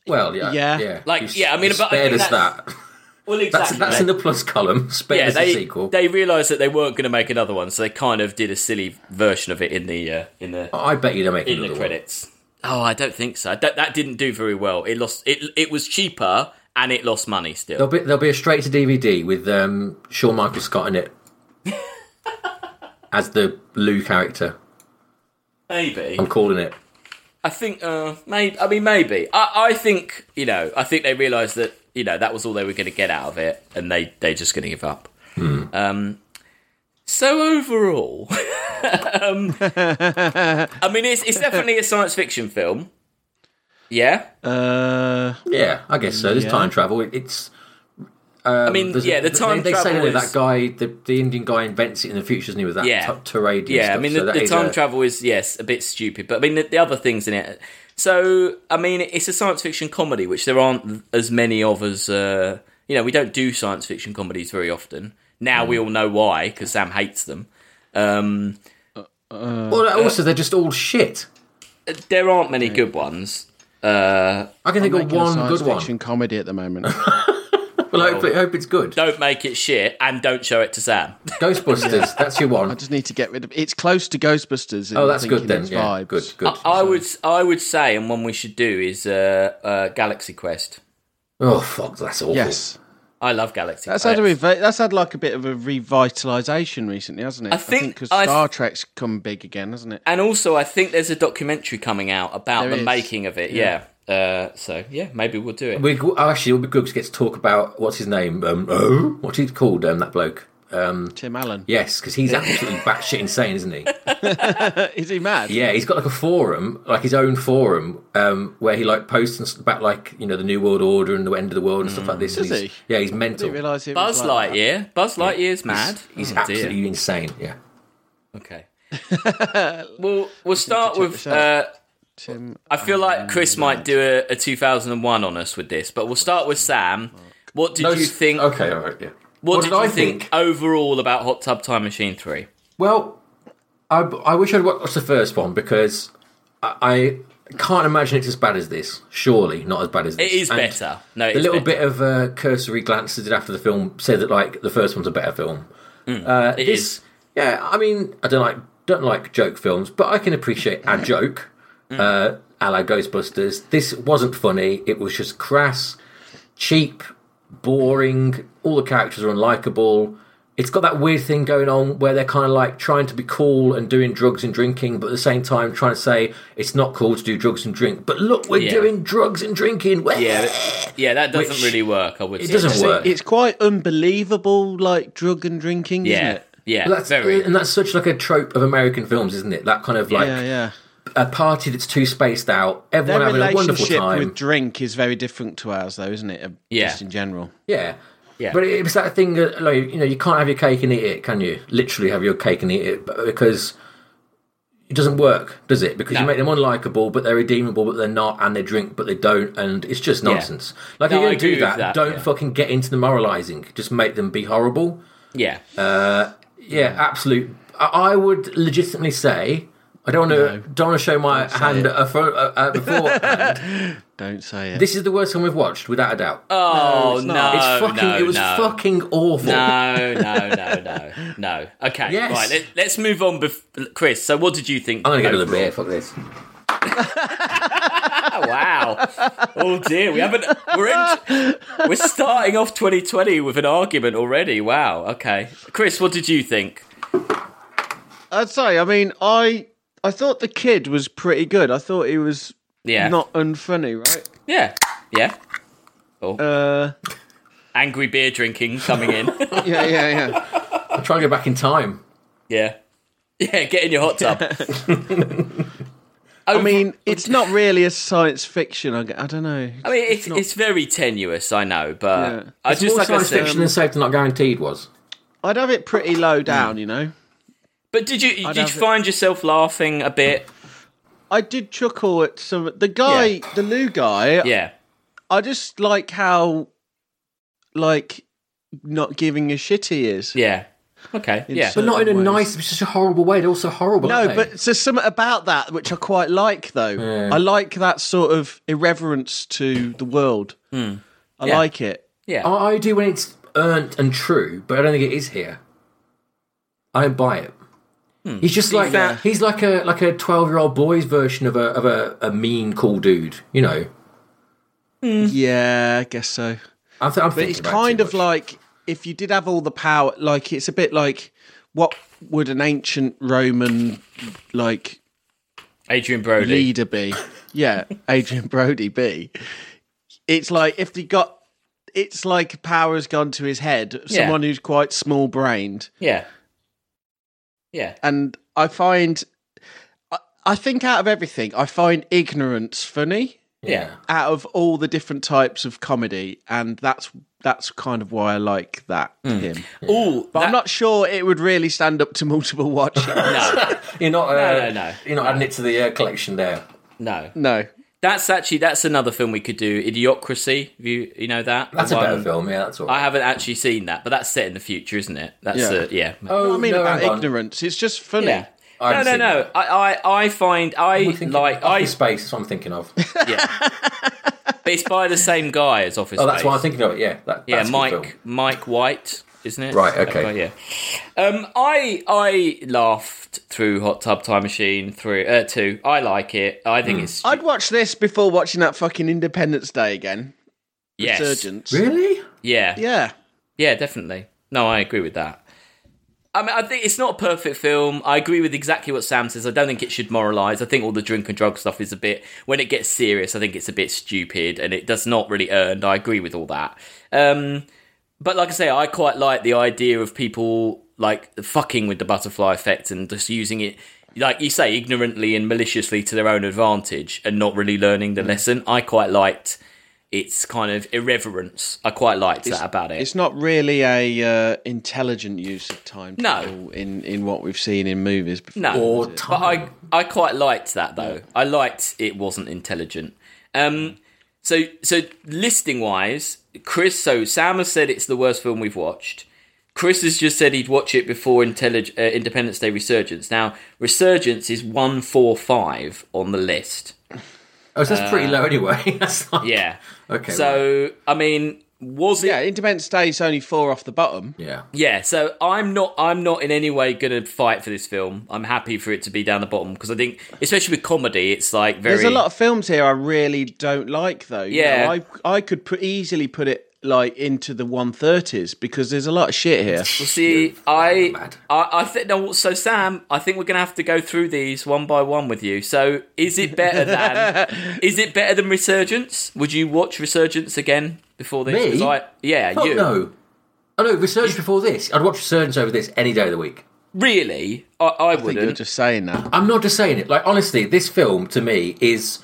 [SPEAKER 2] Well, yeah,
[SPEAKER 3] Yeah.
[SPEAKER 2] yeah.
[SPEAKER 1] Like, yeah, I mean,
[SPEAKER 2] you
[SPEAKER 1] but I
[SPEAKER 2] spared
[SPEAKER 1] think
[SPEAKER 2] us
[SPEAKER 1] that's-
[SPEAKER 2] that.
[SPEAKER 1] Well,
[SPEAKER 2] That's,
[SPEAKER 1] exactly.
[SPEAKER 2] that's in the plus column. Spared
[SPEAKER 1] yeah,
[SPEAKER 2] us
[SPEAKER 1] they
[SPEAKER 2] the sequel.
[SPEAKER 1] they realised that they weren't going to make another one, so they kind of did a silly version of it in the uh, in the
[SPEAKER 2] I bet you they're making
[SPEAKER 1] in the
[SPEAKER 2] Oh, another
[SPEAKER 1] credits. Oh, I don't think so. That, that didn't do very well. It lost. It it was cheaper and it lost money still.
[SPEAKER 2] One. There'll be there'll be a straight to DVD with um, Shawn Michael Scott in it as the Lou character.
[SPEAKER 1] Maybe
[SPEAKER 2] I'm calling it.
[SPEAKER 1] I think. Uh, maybe I mean maybe. I I think you know. I think they realised that you know that was all they were going to get out of it, and they they're just going to give up. Um. So overall, um, I mean, it's it's definitely a science fiction film. Yeah.
[SPEAKER 3] Uh,
[SPEAKER 2] Yeah, I guess so. There's
[SPEAKER 3] Yeah.
[SPEAKER 2] time travel. It- It's. Um, I
[SPEAKER 1] mean, yeah, the time
[SPEAKER 2] they, they say
[SPEAKER 1] travel
[SPEAKER 2] that
[SPEAKER 1] is-
[SPEAKER 2] that guy, the, the Indian guy, invents it in the future, doesn't he? With that
[SPEAKER 1] Yeah.
[SPEAKER 2] yeah. terrain.
[SPEAKER 1] yeah, I mean, the, the time travel is, yes, a bit stupid, but I mean, the, the other things in it. So, I mean, it's a science fiction comedy, which there aren't as many of as, uh, you know, we don't do science fiction comedies very often. Now we all know why because Sam hates them. Um,
[SPEAKER 2] well, also they're just all shit.
[SPEAKER 1] there aren't many good ones. Uh,
[SPEAKER 2] I can think of
[SPEAKER 3] Making a
[SPEAKER 2] one
[SPEAKER 3] science
[SPEAKER 2] good one.
[SPEAKER 3] fiction comedy at the moment.
[SPEAKER 2] Well, I hope, I hope it's good.
[SPEAKER 1] don't make it shit and don't show it to Sam.
[SPEAKER 2] Ghostbusters, that's your
[SPEAKER 3] I
[SPEAKER 2] one.
[SPEAKER 3] just need to get rid of. It's close to Ghostbusters. in
[SPEAKER 2] Oh, that's
[SPEAKER 3] thinking
[SPEAKER 2] good then.
[SPEAKER 3] its
[SPEAKER 2] Yeah,
[SPEAKER 3] vibes.
[SPEAKER 2] good, good.
[SPEAKER 1] I would I would say, and one we should do is uh, uh, Galaxy Quest.
[SPEAKER 2] Oh fuck, that's awful.
[SPEAKER 3] Yes,
[SPEAKER 1] I love Galaxy
[SPEAKER 3] that's
[SPEAKER 1] Quest.
[SPEAKER 3] had a revi- that's had like a bit of a revitalization recently, hasn't it?
[SPEAKER 1] I think
[SPEAKER 3] because
[SPEAKER 1] I-
[SPEAKER 3] Star Trek's come big again, hasn't it?
[SPEAKER 1] and also, I think there's a documentary coming out about
[SPEAKER 3] There
[SPEAKER 1] the
[SPEAKER 3] is.
[SPEAKER 1] making of it. Yeah. Uh, so yeah, maybe we'll do it.
[SPEAKER 2] We oh, actually, it would be good to get to talk about what's his name. Um, oh, what's he called? Um, that bloke. Um,
[SPEAKER 3] Tim Allen.
[SPEAKER 2] yes, because he's absolutely batshit insane, isn't he?
[SPEAKER 3] Is he mad?
[SPEAKER 2] Yeah, he's got like a forum, like his own forum, um, where he like posts and s- about like you know the New World Order and the end of the world and stuff like this. and
[SPEAKER 3] Mm. Does
[SPEAKER 2] he's-
[SPEAKER 3] he?
[SPEAKER 2] Yeah, he's
[SPEAKER 3] I
[SPEAKER 2] mental.
[SPEAKER 3] didn't realise he was
[SPEAKER 1] Buzz
[SPEAKER 3] like that.
[SPEAKER 1] Lightyear. Buzz Lightyear's mad.
[SPEAKER 2] He's
[SPEAKER 1] Oh, dear.
[SPEAKER 2] absolutely insane. Yeah.
[SPEAKER 1] okay. well, we'll start
[SPEAKER 3] check
[SPEAKER 1] with.
[SPEAKER 3] this out.
[SPEAKER 1] Uh,
[SPEAKER 3] Mm, Tim.
[SPEAKER 1] I feel like Chris might do a, a 2001 on us with this, but we'll start with Sam. What did
[SPEAKER 2] No,
[SPEAKER 1] you
[SPEAKER 2] s-
[SPEAKER 1] think?
[SPEAKER 2] Okay, all right. Yeah.
[SPEAKER 1] What, did, you think, overall about Hot Tub Time Machine Three?
[SPEAKER 2] Well, I, I wish I'd watched the first one because I, I can't imagine it's as bad as this. Surely not as bad as this.
[SPEAKER 1] It is
[SPEAKER 2] And
[SPEAKER 1] better. No,
[SPEAKER 2] The
[SPEAKER 1] it's
[SPEAKER 2] little
[SPEAKER 1] better.
[SPEAKER 2] bit of uh, cursory glance I did after the film said that like the first one's a better film. uh,
[SPEAKER 1] Mm. it
[SPEAKER 2] this,
[SPEAKER 1] is.
[SPEAKER 2] Yeah, I mean, I don't like don't like joke films, but I can appreciate a joke.
[SPEAKER 1] Mm.
[SPEAKER 2] Uh, a la Ghostbusters. This wasn't funny. It was just crass, cheap, boring. All the characters are unlikable. It's got that weird thing going on where they're kind of like trying to be cool and doing drugs and drinking, but at the same time trying to say it's not cool to do drugs and drink. But look, we're
[SPEAKER 1] Yeah.
[SPEAKER 2] doing drugs and drinking.
[SPEAKER 1] Yeah, yeah, that doesn't
[SPEAKER 2] Which-
[SPEAKER 1] really work. I would.
[SPEAKER 2] it
[SPEAKER 1] say.
[SPEAKER 2] doesn't
[SPEAKER 3] It's-
[SPEAKER 2] work.
[SPEAKER 3] It's quite unbelievable, like drug and drinking,
[SPEAKER 1] Yeah,
[SPEAKER 3] isn't it?
[SPEAKER 1] yeah,
[SPEAKER 2] That's
[SPEAKER 1] very.
[SPEAKER 2] and that's such like a trope of American films, isn't it? That kind of like
[SPEAKER 3] yeah, yeah.
[SPEAKER 2] a party that's too spaced out, everyone
[SPEAKER 3] Their
[SPEAKER 2] having a wonderful
[SPEAKER 3] relationship
[SPEAKER 2] time.
[SPEAKER 3] with drink is very different to ours, though, isn't it? Uh,
[SPEAKER 1] Yeah.
[SPEAKER 3] Just in general.
[SPEAKER 2] Yeah.
[SPEAKER 1] Yeah.
[SPEAKER 2] But it was that thing that, like, you know, you can't have your cake and eat it, can you? Literally have your cake and eat it but- because it doesn't work, does it? Because you
[SPEAKER 1] No.
[SPEAKER 2] make them unlikable, but they're redeemable, but they're not, and they drink, but they don't, and it's just nonsense. Like,
[SPEAKER 1] No,
[SPEAKER 2] if you're
[SPEAKER 1] I
[SPEAKER 2] going to
[SPEAKER 1] agree
[SPEAKER 2] do
[SPEAKER 1] with
[SPEAKER 2] that,
[SPEAKER 1] that,
[SPEAKER 2] don't
[SPEAKER 1] yeah.
[SPEAKER 2] fucking get into the moralising. Just make them be horrible.
[SPEAKER 1] Yeah,
[SPEAKER 2] Yeah, absolute. I, I would legitimately say. I don't want to. Don't want to show my hand uh, for, uh, uh, beforehand.
[SPEAKER 3] Don't say it.
[SPEAKER 2] this is the worst one we've watched, without a doubt.
[SPEAKER 1] Oh no!
[SPEAKER 3] not.
[SPEAKER 2] it's fucking.
[SPEAKER 1] no,
[SPEAKER 2] it was
[SPEAKER 1] no.
[SPEAKER 2] fucking awful.
[SPEAKER 1] No, no, no, no, no. Okay,
[SPEAKER 2] Yes. Oh,
[SPEAKER 1] right. Let, let's move on, bef- Chris. So, what did you think?
[SPEAKER 2] I'm gonna get another beer. Fuck this.
[SPEAKER 1] Oh, wow! Oh dear, we haven't. We're in, we're starting off 2020 with an argument already. Wow. Okay, Chris, what did you think?
[SPEAKER 3] I'd say. I mean, I I thought the kid was pretty good. I thought he was
[SPEAKER 1] Yeah,
[SPEAKER 3] not unfunny, right?
[SPEAKER 1] yeah, yeah.
[SPEAKER 3] Uh,
[SPEAKER 1] Angry beer drinking coming in.
[SPEAKER 3] yeah, yeah, yeah.
[SPEAKER 2] I'm trying to go back in time.
[SPEAKER 1] yeah, yeah. Get in your hot tub.
[SPEAKER 3] I mean, it's not really a science fiction. I, g- I don't know.
[SPEAKER 1] I mean, it's it's very tenuous, I know, but
[SPEAKER 3] Yeah.
[SPEAKER 1] I
[SPEAKER 2] It's
[SPEAKER 1] just
[SPEAKER 2] more
[SPEAKER 1] like I
[SPEAKER 2] science
[SPEAKER 1] said.
[SPEAKER 2] fiction than safety not guaranteed was.
[SPEAKER 3] I'd have it pretty
[SPEAKER 1] Hmm.
[SPEAKER 3] low down, you know.
[SPEAKER 1] But did you did you
[SPEAKER 3] have it.
[SPEAKER 1] find yourself laughing a bit?
[SPEAKER 3] I did chuckle at some the guy,
[SPEAKER 1] Yeah.
[SPEAKER 3] the Lou guy.
[SPEAKER 1] Yeah.
[SPEAKER 3] I just like how, like, not giving a shit he is.
[SPEAKER 1] Yeah. Okay. Yeah.
[SPEAKER 3] so-
[SPEAKER 2] But not in a
[SPEAKER 3] Otherwise-
[SPEAKER 2] nice, it's just a horrible way. They're also horrible.
[SPEAKER 3] No,
[SPEAKER 2] aren't they?
[SPEAKER 3] but there's something about that which I quite like, though. I like that sort of irreverence to the world. I
[SPEAKER 1] Yeah.
[SPEAKER 3] like it.
[SPEAKER 1] yeah.
[SPEAKER 2] I, I do when it's earned and true, but I don't think it is here. I don't buy it.
[SPEAKER 1] Hmm.
[SPEAKER 2] He's just like
[SPEAKER 1] found-
[SPEAKER 2] he's like a like a twelve year old boy's version of a of a, a mean cool dude. You know,
[SPEAKER 3] Yeah, I guess so.
[SPEAKER 2] I'm, th- I'm
[SPEAKER 3] But
[SPEAKER 2] thinking
[SPEAKER 3] it's
[SPEAKER 2] about it
[SPEAKER 3] kind
[SPEAKER 2] too
[SPEAKER 3] of
[SPEAKER 2] much.
[SPEAKER 3] like if you did have all the power, like it's a bit like what would an ancient Roman like
[SPEAKER 1] Adrian Brody.
[SPEAKER 3] leader be? Yeah, Adrian Brody be. It's like if he got. It's like power has gone to his head.
[SPEAKER 1] Yeah.
[SPEAKER 3] Someone who's quite small brained.
[SPEAKER 1] Yeah. Yeah.
[SPEAKER 3] and I find, I, I think out of everything, I find ignorance funny
[SPEAKER 1] Yeah.
[SPEAKER 3] out of all the different types of comedy, and that's that's kind of why I like that him.
[SPEAKER 1] Oh,
[SPEAKER 3] But I'm not sure it would really stand up to multiple watching.
[SPEAKER 1] No,
[SPEAKER 2] you're not uh,
[SPEAKER 1] no, no.
[SPEAKER 2] you're not adding it to the uh, collection there.
[SPEAKER 1] no.
[SPEAKER 3] no,
[SPEAKER 1] That's actually that's another film we could do. Idiocracy. Have you you know that?
[SPEAKER 2] That's a
[SPEAKER 1] One-
[SPEAKER 2] better film. Yeah, that's all.
[SPEAKER 1] I
[SPEAKER 2] Right.
[SPEAKER 1] haven't actually seen that, but that's set in the future, isn't it? That's
[SPEAKER 3] Yeah.
[SPEAKER 1] yeah. yeah.
[SPEAKER 2] oh,
[SPEAKER 3] I mean
[SPEAKER 2] no,
[SPEAKER 3] about
[SPEAKER 2] hang on.
[SPEAKER 3] ignorance. It's just funny.
[SPEAKER 1] yeah.
[SPEAKER 2] I
[SPEAKER 1] No,
[SPEAKER 2] haven't
[SPEAKER 1] no,
[SPEAKER 2] seen
[SPEAKER 1] no.
[SPEAKER 2] that.
[SPEAKER 1] I, I, I find I
[SPEAKER 2] I'm thinking
[SPEAKER 1] like I.
[SPEAKER 2] Office Space. That's what I'm thinking of.
[SPEAKER 1] Yeah. but it's by the same guy as Office.
[SPEAKER 2] Oh, that's
[SPEAKER 1] Space.
[SPEAKER 2] what I'm thinking of. It. Yeah, that,
[SPEAKER 1] Yeah,
[SPEAKER 2] that's a good film.
[SPEAKER 1] Mike Mike White, isn't it?
[SPEAKER 2] Right, okay.
[SPEAKER 1] That guy, yeah. Um, I I laughed through Hot Tub Time Machine through uh, two. I like it. I
[SPEAKER 2] Hmm.
[SPEAKER 1] think it's
[SPEAKER 3] I'd watch this before watching that fucking Independence Day again.
[SPEAKER 1] yes.
[SPEAKER 3] Resurgence.
[SPEAKER 2] Really?
[SPEAKER 1] Yeah.
[SPEAKER 3] Yeah.
[SPEAKER 1] Yeah, definitely. No, I agree with that. I mean, I think it's not a perfect film. I agree with exactly what Sam says. I don't think it should moralise. I think all the drink and drug stuff is a bit. When it gets serious, I think it's a bit stupid and it does not really earned. I agree with all that. Um, but like I say, I quite like the idea of people like fucking with the butterfly effect and just using it, like you say, ignorantly and maliciously to their own advantage and not really learning the lesson. I quite liked its kind of irreverence. I quite liked that about it.
[SPEAKER 3] It's not really a uh, intelligent use of time
[SPEAKER 1] No.
[SPEAKER 3] travel in, in what we've seen in movies before.
[SPEAKER 1] No.
[SPEAKER 2] Or
[SPEAKER 1] But I,
[SPEAKER 2] time?
[SPEAKER 1] I quite liked that though. I liked it wasn't intelligent. Um, so so listing wise, Chris. So Sam has said it's the worst film we've watched. Chris has just said he'd watch it before Intellig- uh, Independence Day Resurgence. Now Resurgence is one four five on the list.
[SPEAKER 2] Oh, so that's pretty low anyway. that's like,
[SPEAKER 1] Uh, Yeah.
[SPEAKER 2] Okay,
[SPEAKER 1] So I mean, was it
[SPEAKER 3] Yeah, Independence Day is only four off the bottom.
[SPEAKER 2] Yeah.
[SPEAKER 1] Yeah, so I'm not I'm not in any way going to fight for this film. I'm happy for it to be down the bottom because I think, especially with comedy, it's like very.
[SPEAKER 3] There's a lot of films here I really don't like, though. You
[SPEAKER 1] Yeah.
[SPEAKER 3] know, I I could put, easily put it like into the 130s because there's a lot of shit here.
[SPEAKER 1] Well, see, I,
[SPEAKER 2] mad.
[SPEAKER 1] I, I think no. So Sam, I think we're going to have to go through these one by one with you. So is it better than? is it better than Resurgence? Would you watch Resurgence again before this?
[SPEAKER 2] Me?
[SPEAKER 1] 'Cause I, yeah,
[SPEAKER 2] Oh
[SPEAKER 1] you
[SPEAKER 2] no. Oh no, Resurgence before this. I'd watch Resurgence over this any day of the week.
[SPEAKER 1] really? I, I
[SPEAKER 3] I think you're
[SPEAKER 1] wouldn't.
[SPEAKER 3] just saying that.
[SPEAKER 2] I'm not just saying it. Like honestly, this film to me is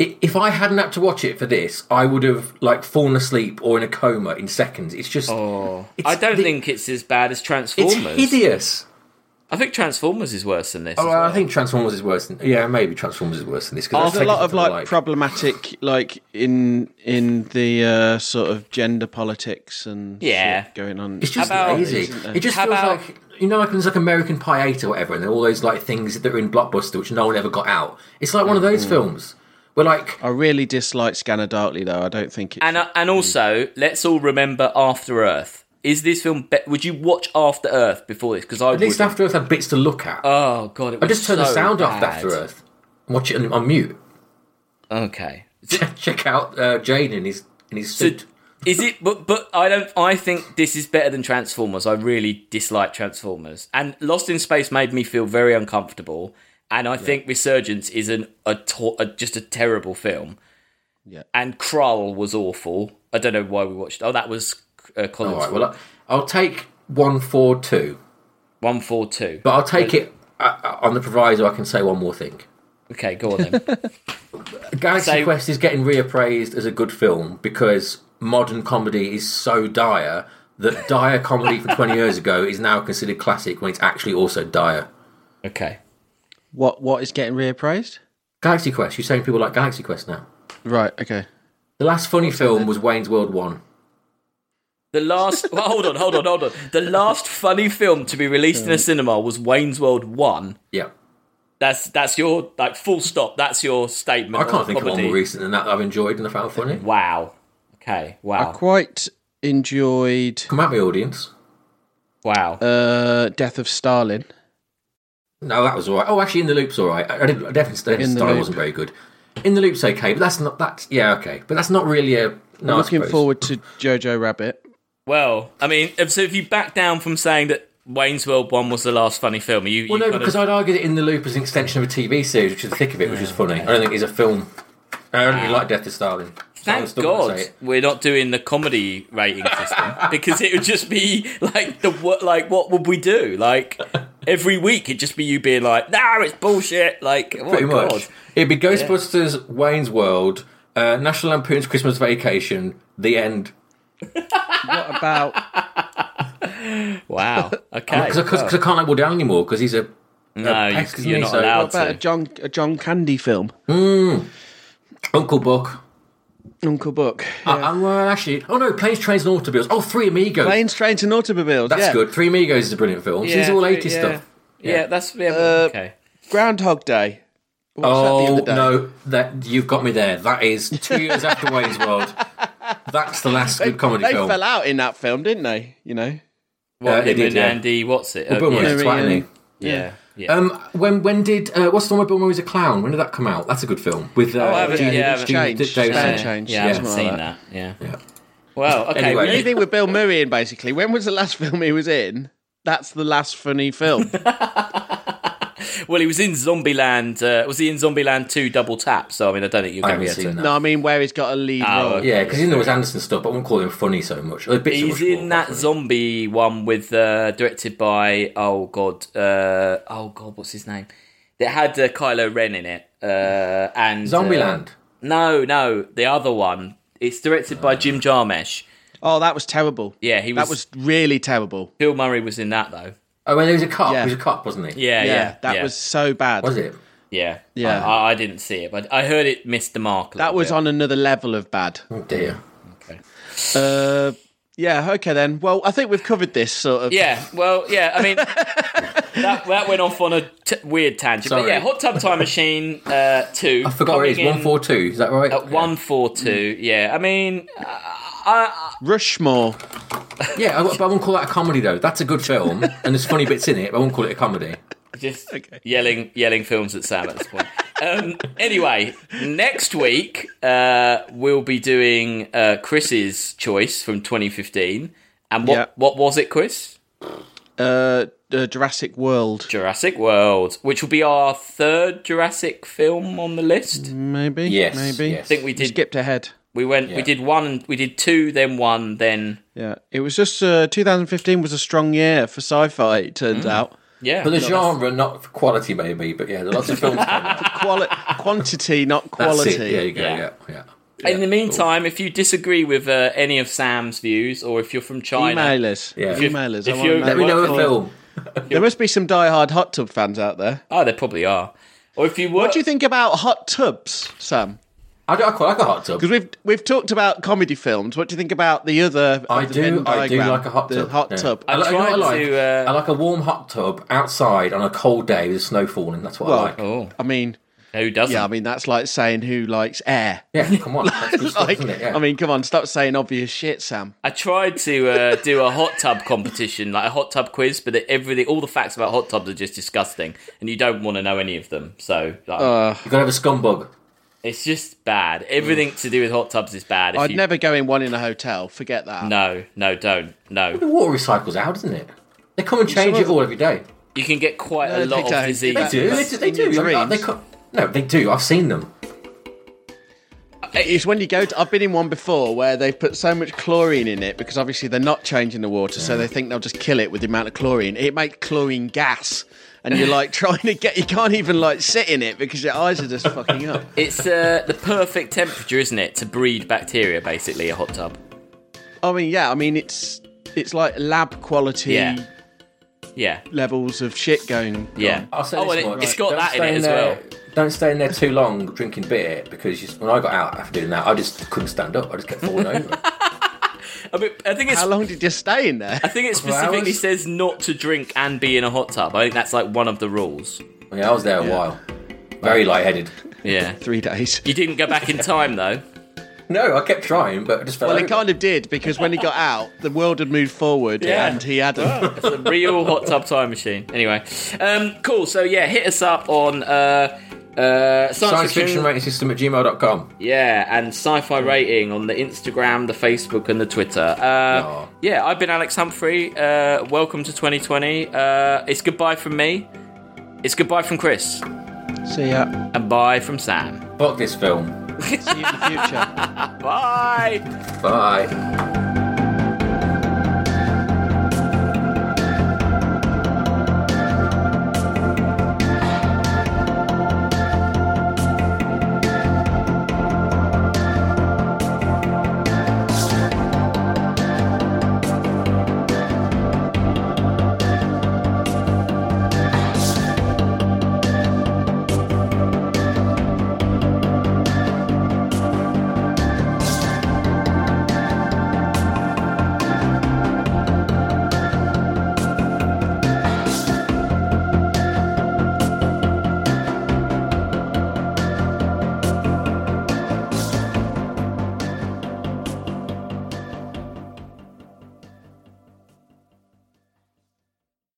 [SPEAKER 2] i- if I hadn't had to watch it for this, I would have like fallen asleep or in a coma in seconds. It's just
[SPEAKER 1] Oh, I don't
[SPEAKER 2] the-
[SPEAKER 1] think it's as bad as
[SPEAKER 2] it's
[SPEAKER 1] Transformers.
[SPEAKER 2] hideous.
[SPEAKER 1] I think Transformers is worse than this. as
[SPEAKER 2] Oh,
[SPEAKER 1] well.
[SPEAKER 2] I think Transformers is worse than yeah, maybe Transformers is worse than this because
[SPEAKER 3] There's a lot of like, problematic, like in in the uh, sort of gender politics and
[SPEAKER 1] Yeah.
[SPEAKER 3] shit going on.
[SPEAKER 2] It's just
[SPEAKER 1] How about-
[SPEAKER 2] lazy.
[SPEAKER 3] Isn't there?
[SPEAKER 2] It just
[SPEAKER 1] How
[SPEAKER 2] feels
[SPEAKER 1] about-
[SPEAKER 2] like you know, like there's like American Pie Eight or whatever, and then all those like things that are in Blockbuster which no one ever got out. It's like one
[SPEAKER 1] Mm,
[SPEAKER 2] of those films where like
[SPEAKER 3] I really dislike Scanner Darkly, though. I don't think it's
[SPEAKER 1] And uh,
[SPEAKER 2] Hmm.
[SPEAKER 1] and also, let's all remember After Earth. Is this film? Be- would you watch After Earth before this? Because I
[SPEAKER 2] at least
[SPEAKER 1] wouldn't.
[SPEAKER 2] After Earth had bits to look at.
[SPEAKER 1] Oh god, it was
[SPEAKER 2] I just turned the
[SPEAKER 1] so
[SPEAKER 2] sound off
[SPEAKER 1] bad.
[SPEAKER 2] After Earth. and Watch it on, on mute.
[SPEAKER 1] Okay.
[SPEAKER 2] Check out uh, Jane in his in his
[SPEAKER 1] So
[SPEAKER 2] suit.
[SPEAKER 1] is it but but I don't I think this is better than Transformers. I really dislike Transformers. And Lost in Space made me feel very uncomfortable and I think Resurgence is an a, to- a just a terrible film.
[SPEAKER 3] Yeah.
[SPEAKER 1] And Krull was awful. I don't know why we watched. Oh, that was uh, Collins.
[SPEAKER 2] All right. Well, I- I'll take one four two,
[SPEAKER 1] 142.
[SPEAKER 2] but I'll take it uh, uh, on the proviso. I can say one more thing.
[SPEAKER 1] Okay, go on then.
[SPEAKER 2] Galaxy
[SPEAKER 1] So-
[SPEAKER 2] Quest is getting reappraised as a good film because modern comedy is so dire that dire comedy from 20 years ago is now considered classic when it's actually also dire.
[SPEAKER 1] okay.
[SPEAKER 3] what what is getting reappraised.
[SPEAKER 2] Galaxy Quest, you're saying people like Galaxy Quest now.
[SPEAKER 3] Right. Okay.
[SPEAKER 2] The last funny film was Wayne's World 1.
[SPEAKER 1] The last well, hold on, hold on, hold on. The last funny film to be released in a cinema was Wayne's World 1.
[SPEAKER 2] Yeah.
[SPEAKER 1] That's that's your like full stop. That's your statement.
[SPEAKER 2] I can't
[SPEAKER 1] on
[SPEAKER 2] think of one
[SPEAKER 1] comedy.
[SPEAKER 2] more recent than that that I've enjoyed and I found funny.
[SPEAKER 1] Wow. Okay.
[SPEAKER 3] I
[SPEAKER 1] Wow.
[SPEAKER 3] quite enjoyed
[SPEAKER 2] Come at me, audience.
[SPEAKER 1] wow.
[SPEAKER 3] uh, Death of Stalin.
[SPEAKER 2] No, that was all right. Oh, actually, In the Loop's all right. I, I didn't, I definitely,
[SPEAKER 3] In
[SPEAKER 2] definitely
[SPEAKER 3] the
[SPEAKER 2] Star
[SPEAKER 3] Loop.
[SPEAKER 2] wasn't very good. In the Loop's okay, but that's not, that's, yeah, okay. But that's not really a, no, I
[SPEAKER 3] Looking
[SPEAKER 2] suppose.
[SPEAKER 3] forward to Jojo Rabbit.
[SPEAKER 1] well, I mean, if- so if you back down from saying that Wayne's World One was the last funny film, you you
[SPEAKER 2] Well, no,
[SPEAKER 1] kind of-
[SPEAKER 2] because I'd argue that In the Loop is an extension of a TV series, which is the thick of it, which is funny. I don't think it's a film. I don't really like Death to Stalin. So I'm
[SPEAKER 1] thank
[SPEAKER 2] still gonna say
[SPEAKER 1] God
[SPEAKER 2] it.
[SPEAKER 1] we're not doing the comedy rating system because it would just be like the what like what would we do like every week it'd just be you being like nah it's bullshit like oh my
[SPEAKER 2] Pretty much.
[SPEAKER 1] God.
[SPEAKER 2] It'd be Ghostbusters, Wayne's World, uh, National Lampoon's Christmas Vacation, The End.
[SPEAKER 3] What about
[SPEAKER 1] wow okay
[SPEAKER 2] Because I, can't like Will Down anymore because he's a.
[SPEAKER 1] no
[SPEAKER 2] pest,
[SPEAKER 1] you, are
[SPEAKER 2] isn't
[SPEAKER 1] not
[SPEAKER 2] he? So-
[SPEAKER 1] allowed
[SPEAKER 3] about a
[SPEAKER 1] to
[SPEAKER 3] John a John Candy film?
[SPEAKER 2] Uncle Buck.
[SPEAKER 3] Uncle Buck.
[SPEAKER 2] Uh, and, well, actually, oh no, Planes, Trains, and Automobiles. Oh, Three Amigos.
[SPEAKER 3] Planes, trains, and automobiles.
[SPEAKER 2] That's
[SPEAKER 3] yeah.
[SPEAKER 2] good. Three Amigos is a brilliant film. These are all
[SPEAKER 1] yeah,
[SPEAKER 2] 80s
[SPEAKER 1] yeah.
[SPEAKER 2] stuff.
[SPEAKER 1] Yeah, that's yeah, okay.
[SPEAKER 3] Groundhog Day. What was that the
[SPEAKER 2] Oh
[SPEAKER 3] other day?
[SPEAKER 2] no, that you've got me there. That is two years after Wayne's World. That's the last good comedy
[SPEAKER 3] They
[SPEAKER 2] film.
[SPEAKER 3] fell out in that film, didn't they? You know.
[SPEAKER 1] What,
[SPEAKER 2] Uh, they
[SPEAKER 1] him
[SPEAKER 2] did,
[SPEAKER 1] and
[SPEAKER 2] yeah.
[SPEAKER 1] Andy, what's it?
[SPEAKER 2] Bill
[SPEAKER 1] Uh, yeah,
[SPEAKER 2] Murray's
[SPEAKER 3] yeah.
[SPEAKER 2] a twat, isn't
[SPEAKER 1] yeah, yeah.
[SPEAKER 2] he? Um, when when did uh, what's the one where Bill Murray's a clown? When did that come out? That's a good film with
[SPEAKER 3] Oh,
[SPEAKER 2] uh,
[SPEAKER 1] haven't-
[SPEAKER 2] Gina-
[SPEAKER 1] yeah, I haven't-
[SPEAKER 2] Gina
[SPEAKER 3] Change.
[SPEAKER 2] Davis.
[SPEAKER 1] yeah,
[SPEAKER 3] Band change,
[SPEAKER 1] yeah, I haven't
[SPEAKER 3] something
[SPEAKER 1] seen
[SPEAKER 3] like
[SPEAKER 1] that. Yeah.
[SPEAKER 2] Yeah.
[SPEAKER 1] Well, okay.
[SPEAKER 2] Anyway.
[SPEAKER 1] we need-
[SPEAKER 3] Anything with Bill Murray in, basically. When was the last film he was in? That's the last funny film.
[SPEAKER 1] well, he was in Zombieland. Uh, was he in Zombieland Two Double Tap? So I mean, I don't think you're
[SPEAKER 2] I
[SPEAKER 1] going to
[SPEAKER 2] haven't
[SPEAKER 1] be able
[SPEAKER 2] seen
[SPEAKER 1] to.
[SPEAKER 2] that.
[SPEAKER 3] no, I mean where he's got a lead
[SPEAKER 1] Oh,
[SPEAKER 3] role.
[SPEAKER 1] okay.
[SPEAKER 2] Yeah, because you know it's Anderson stuff, but I won't call him funny so much. A bit so
[SPEAKER 1] He's
[SPEAKER 2] much more,
[SPEAKER 1] in that
[SPEAKER 2] funny.
[SPEAKER 1] zombie one with uh, directed by oh god uh, oh god what's his name? That had uh, Kylo Ren in it uh, and uh,
[SPEAKER 2] Zombieland.
[SPEAKER 1] no, no, the other one. It's directed by Jim Jarmusch.
[SPEAKER 3] Oh, that was terrible.
[SPEAKER 1] Yeah, he was,
[SPEAKER 3] That was really terrible.
[SPEAKER 1] Bill Murray was in that though.
[SPEAKER 2] Oh, well, he was a cop.
[SPEAKER 3] Yeah.
[SPEAKER 2] He was a cop, wasn't he?
[SPEAKER 1] Yeah, yeah,
[SPEAKER 3] Yeah, that
[SPEAKER 1] yeah.
[SPEAKER 3] was so bad.
[SPEAKER 2] Was it?
[SPEAKER 1] yeah,
[SPEAKER 3] Yeah.
[SPEAKER 1] I, I didn't see it, but I heard it missed the mark. a
[SPEAKER 3] That
[SPEAKER 1] little
[SPEAKER 3] was
[SPEAKER 1] bit.
[SPEAKER 3] on another level of bad.
[SPEAKER 2] Oh dear.
[SPEAKER 3] Uh, yeah, okay then. Well, I think we've covered this sort of.
[SPEAKER 1] Yeah, well, yeah. I mean, that, that went off on a t- weird tangent. But
[SPEAKER 2] Sorry.
[SPEAKER 1] yeah, Hot Tub Time Machine uh, two.
[SPEAKER 2] I forgot what it is. One four two. Is that right?
[SPEAKER 1] At one four two. Yeah, I mean,
[SPEAKER 3] Rushmore.
[SPEAKER 2] Yeah, I- but I won't call that a comedy though. That's a good film, and there's funny bits in it. But I won't call it a comedy.
[SPEAKER 1] just yelling, yelling films at Sam at this point. um, anyway, next week uh, we'll be doing uh, Chris's choice from 2015. And what
[SPEAKER 3] Yeah.
[SPEAKER 1] what was it, Chris?
[SPEAKER 3] Uh, uh, Jurassic World,
[SPEAKER 1] Jurassic World, which will be our third Jurassic film on the list.
[SPEAKER 3] maybe.
[SPEAKER 2] Yes,
[SPEAKER 3] maybe.
[SPEAKER 2] yes.
[SPEAKER 1] I think we did
[SPEAKER 3] Skipped ahead.
[SPEAKER 1] We went. We
[SPEAKER 2] Yeah.
[SPEAKER 1] did one. We did two. Then one. Then
[SPEAKER 3] Yeah, it was just uh, 2015 was a strong year for sci-fi. It turns
[SPEAKER 2] Mm.
[SPEAKER 3] out
[SPEAKER 1] yeah.
[SPEAKER 2] For the genre, not for quality, maybe, but yeah, there are lots of films. coming out.
[SPEAKER 3] Quali- quantity, not
[SPEAKER 2] That's
[SPEAKER 3] quality.
[SPEAKER 2] it. Yeah, you go.
[SPEAKER 1] Yeah.
[SPEAKER 2] Yeah, yeah. yeah.
[SPEAKER 1] In the meantime, if you disagree with uh, any of Sam's views, or if you're from China,
[SPEAKER 3] Email us.
[SPEAKER 2] Yeah. If you-
[SPEAKER 3] Email us.
[SPEAKER 1] if
[SPEAKER 3] I
[SPEAKER 1] you-
[SPEAKER 3] wanna know
[SPEAKER 2] Let me
[SPEAKER 3] what-
[SPEAKER 2] know a
[SPEAKER 1] Well,
[SPEAKER 2] film.
[SPEAKER 3] There must be some die-hard hot tub fans out there.
[SPEAKER 1] oh, there probably are. Or if you were,
[SPEAKER 3] What do you think about hot tubs, Sam?
[SPEAKER 2] I, do, I quite like a hot tub.
[SPEAKER 3] Because we've we've talked about comedy films. What do you think about the other?
[SPEAKER 2] I
[SPEAKER 3] of the Venn
[SPEAKER 2] do. I do
[SPEAKER 3] diagram?
[SPEAKER 2] like a hot
[SPEAKER 3] The
[SPEAKER 2] tub.
[SPEAKER 3] hot
[SPEAKER 2] yeah.
[SPEAKER 3] tub.
[SPEAKER 2] I, like- you know what I
[SPEAKER 1] tried
[SPEAKER 2] like.
[SPEAKER 1] to, uh,
[SPEAKER 2] I like a warm hot tub outside on a cold day with snow falling. That's what I
[SPEAKER 3] Well,
[SPEAKER 2] like.
[SPEAKER 1] Oh,
[SPEAKER 3] I mean,
[SPEAKER 1] who doesn't?
[SPEAKER 3] yeah. I mean, that's like saying who likes air.
[SPEAKER 2] Yeah, come on. That's good stuff,
[SPEAKER 3] Like,
[SPEAKER 2] isn't it? Yeah.
[SPEAKER 3] I mean, come on, stop saying obvious shit, Sam.
[SPEAKER 1] I tried to uh, do a hot tub competition, like a hot tub quiz, but everything, all the facts about hot tubs are just disgusting, and you don't want to know any of them. So like,
[SPEAKER 3] Uh.
[SPEAKER 2] you've got to have a scumbag.
[SPEAKER 1] it's just bad. Everything to do with hot tubs is bad. If
[SPEAKER 3] I'd
[SPEAKER 1] you,
[SPEAKER 3] never go in one in a hotel. Forget that.
[SPEAKER 1] No, no, don't. No,
[SPEAKER 2] The water recycles out, doesn't it? They come and change it all every day.
[SPEAKER 1] you can get quite
[SPEAKER 3] No,
[SPEAKER 1] a
[SPEAKER 3] they
[SPEAKER 1] lot
[SPEAKER 3] don't.
[SPEAKER 1] of disease.
[SPEAKER 2] They do. They,
[SPEAKER 3] that's
[SPEAKER 2] do- they
[SPEAKER 3] in your
[SPEAKER 2] do. I- I-
[SPEAKER 3] dreams.
[SPEAKER 2] They co- no, they do. I've seen them.
[SPEAKER 3] It's when you go to. I've been in one before where they've put so much chlorine in it because obviously they're not changing the water, so they think they'll just kill it with the amount of chlorine. It makes chlorine gas, and you're like trying to get. You can't even like sit in it because your eyes are just fucking up.
[SPEAKER 1] It's uh, the perfect temperature, isn't it, to breed bacteria? Basically, a hot tub.
[SPEAKER 3] I mean, yeah. I mean, it's it's like lab quality
[SPEAKER 1] Yeah. Yeah,
[SPEAKER 3] levels of shit going.
[SPEAKER 1] yeah.
[SPEAKER 2] I'll say
[SPEAKER 1] oh,
[SPEAKER 2] this
[SPEAKER 1] well, it,
[SPEAKER 2] much.
[SPEAKER 1] has got
[SPEAKER 2] Don't
[SPEAKER 1] that in
[SPEAKER 2] stay
[SPEAKER 1] it as
[SPEAKER 2] there-
[SPEAKER 1] well.
[SPEAKER 2] Don't stay in there too long drinking beer because you, when I got out after doing that, I just couldn't stand up. I just kept falling over.
[SPEAKER 1] I, mean, I think it's.
[SPEAKER 3] How long did you stay in there?
[SPEAKER 1] I think it specifically
[SPEAKER 2] hours?
[SPEAKER 1] says not to drink and be in a hot tub. I think that's like one of the rules.
[SPEAKER 2] Yeah, I was there a while. Very lightheaded.
[SPEAKER 1] Yeah.
[SPEAKER 3] Three days.
[SPEAKER 1] You didn't go back in time though.
[SPEAKER 2] No, I kept trying, but I just fell
[SPEAKER 3] Well,
[SPEAKER 2] over.
[SPEAKER 3] it kind of did because when he got out, the world had moved forward
[SPEAKER 1] Yeah.
[SPEAKER 3] and he hadn't.
[SPEAKER 1] It's a real hot tub time machine. Anyway, um, cool. So yeah, hit us up on uh, uh, science,
[SPEAKER 2] Science
[SPEAKER 1] fiction.
[SPEAKER 2] fiction rating system at gmail.com.
[SPEAKER 1] Yeah, and sci-fi rating on the Instagram, the Facebook, and the Twitter. Uh,
[SPEAKER 2] Aw.
[SPEAKER 1] Yeah, I've been Alex Humphrey. Uh, welcome to 2020. Uh, it's goodbye from me. It's goodbye from Chris,
[SPEAKER 3] See ya.
[SPEAKER 1] and bye from Sam.
[SPEAKER 2] Fuck this film.
[SPEAKER 3] See you in the future.
[SPEAKER 1] Bye.
[SPEAKER 2] Bye.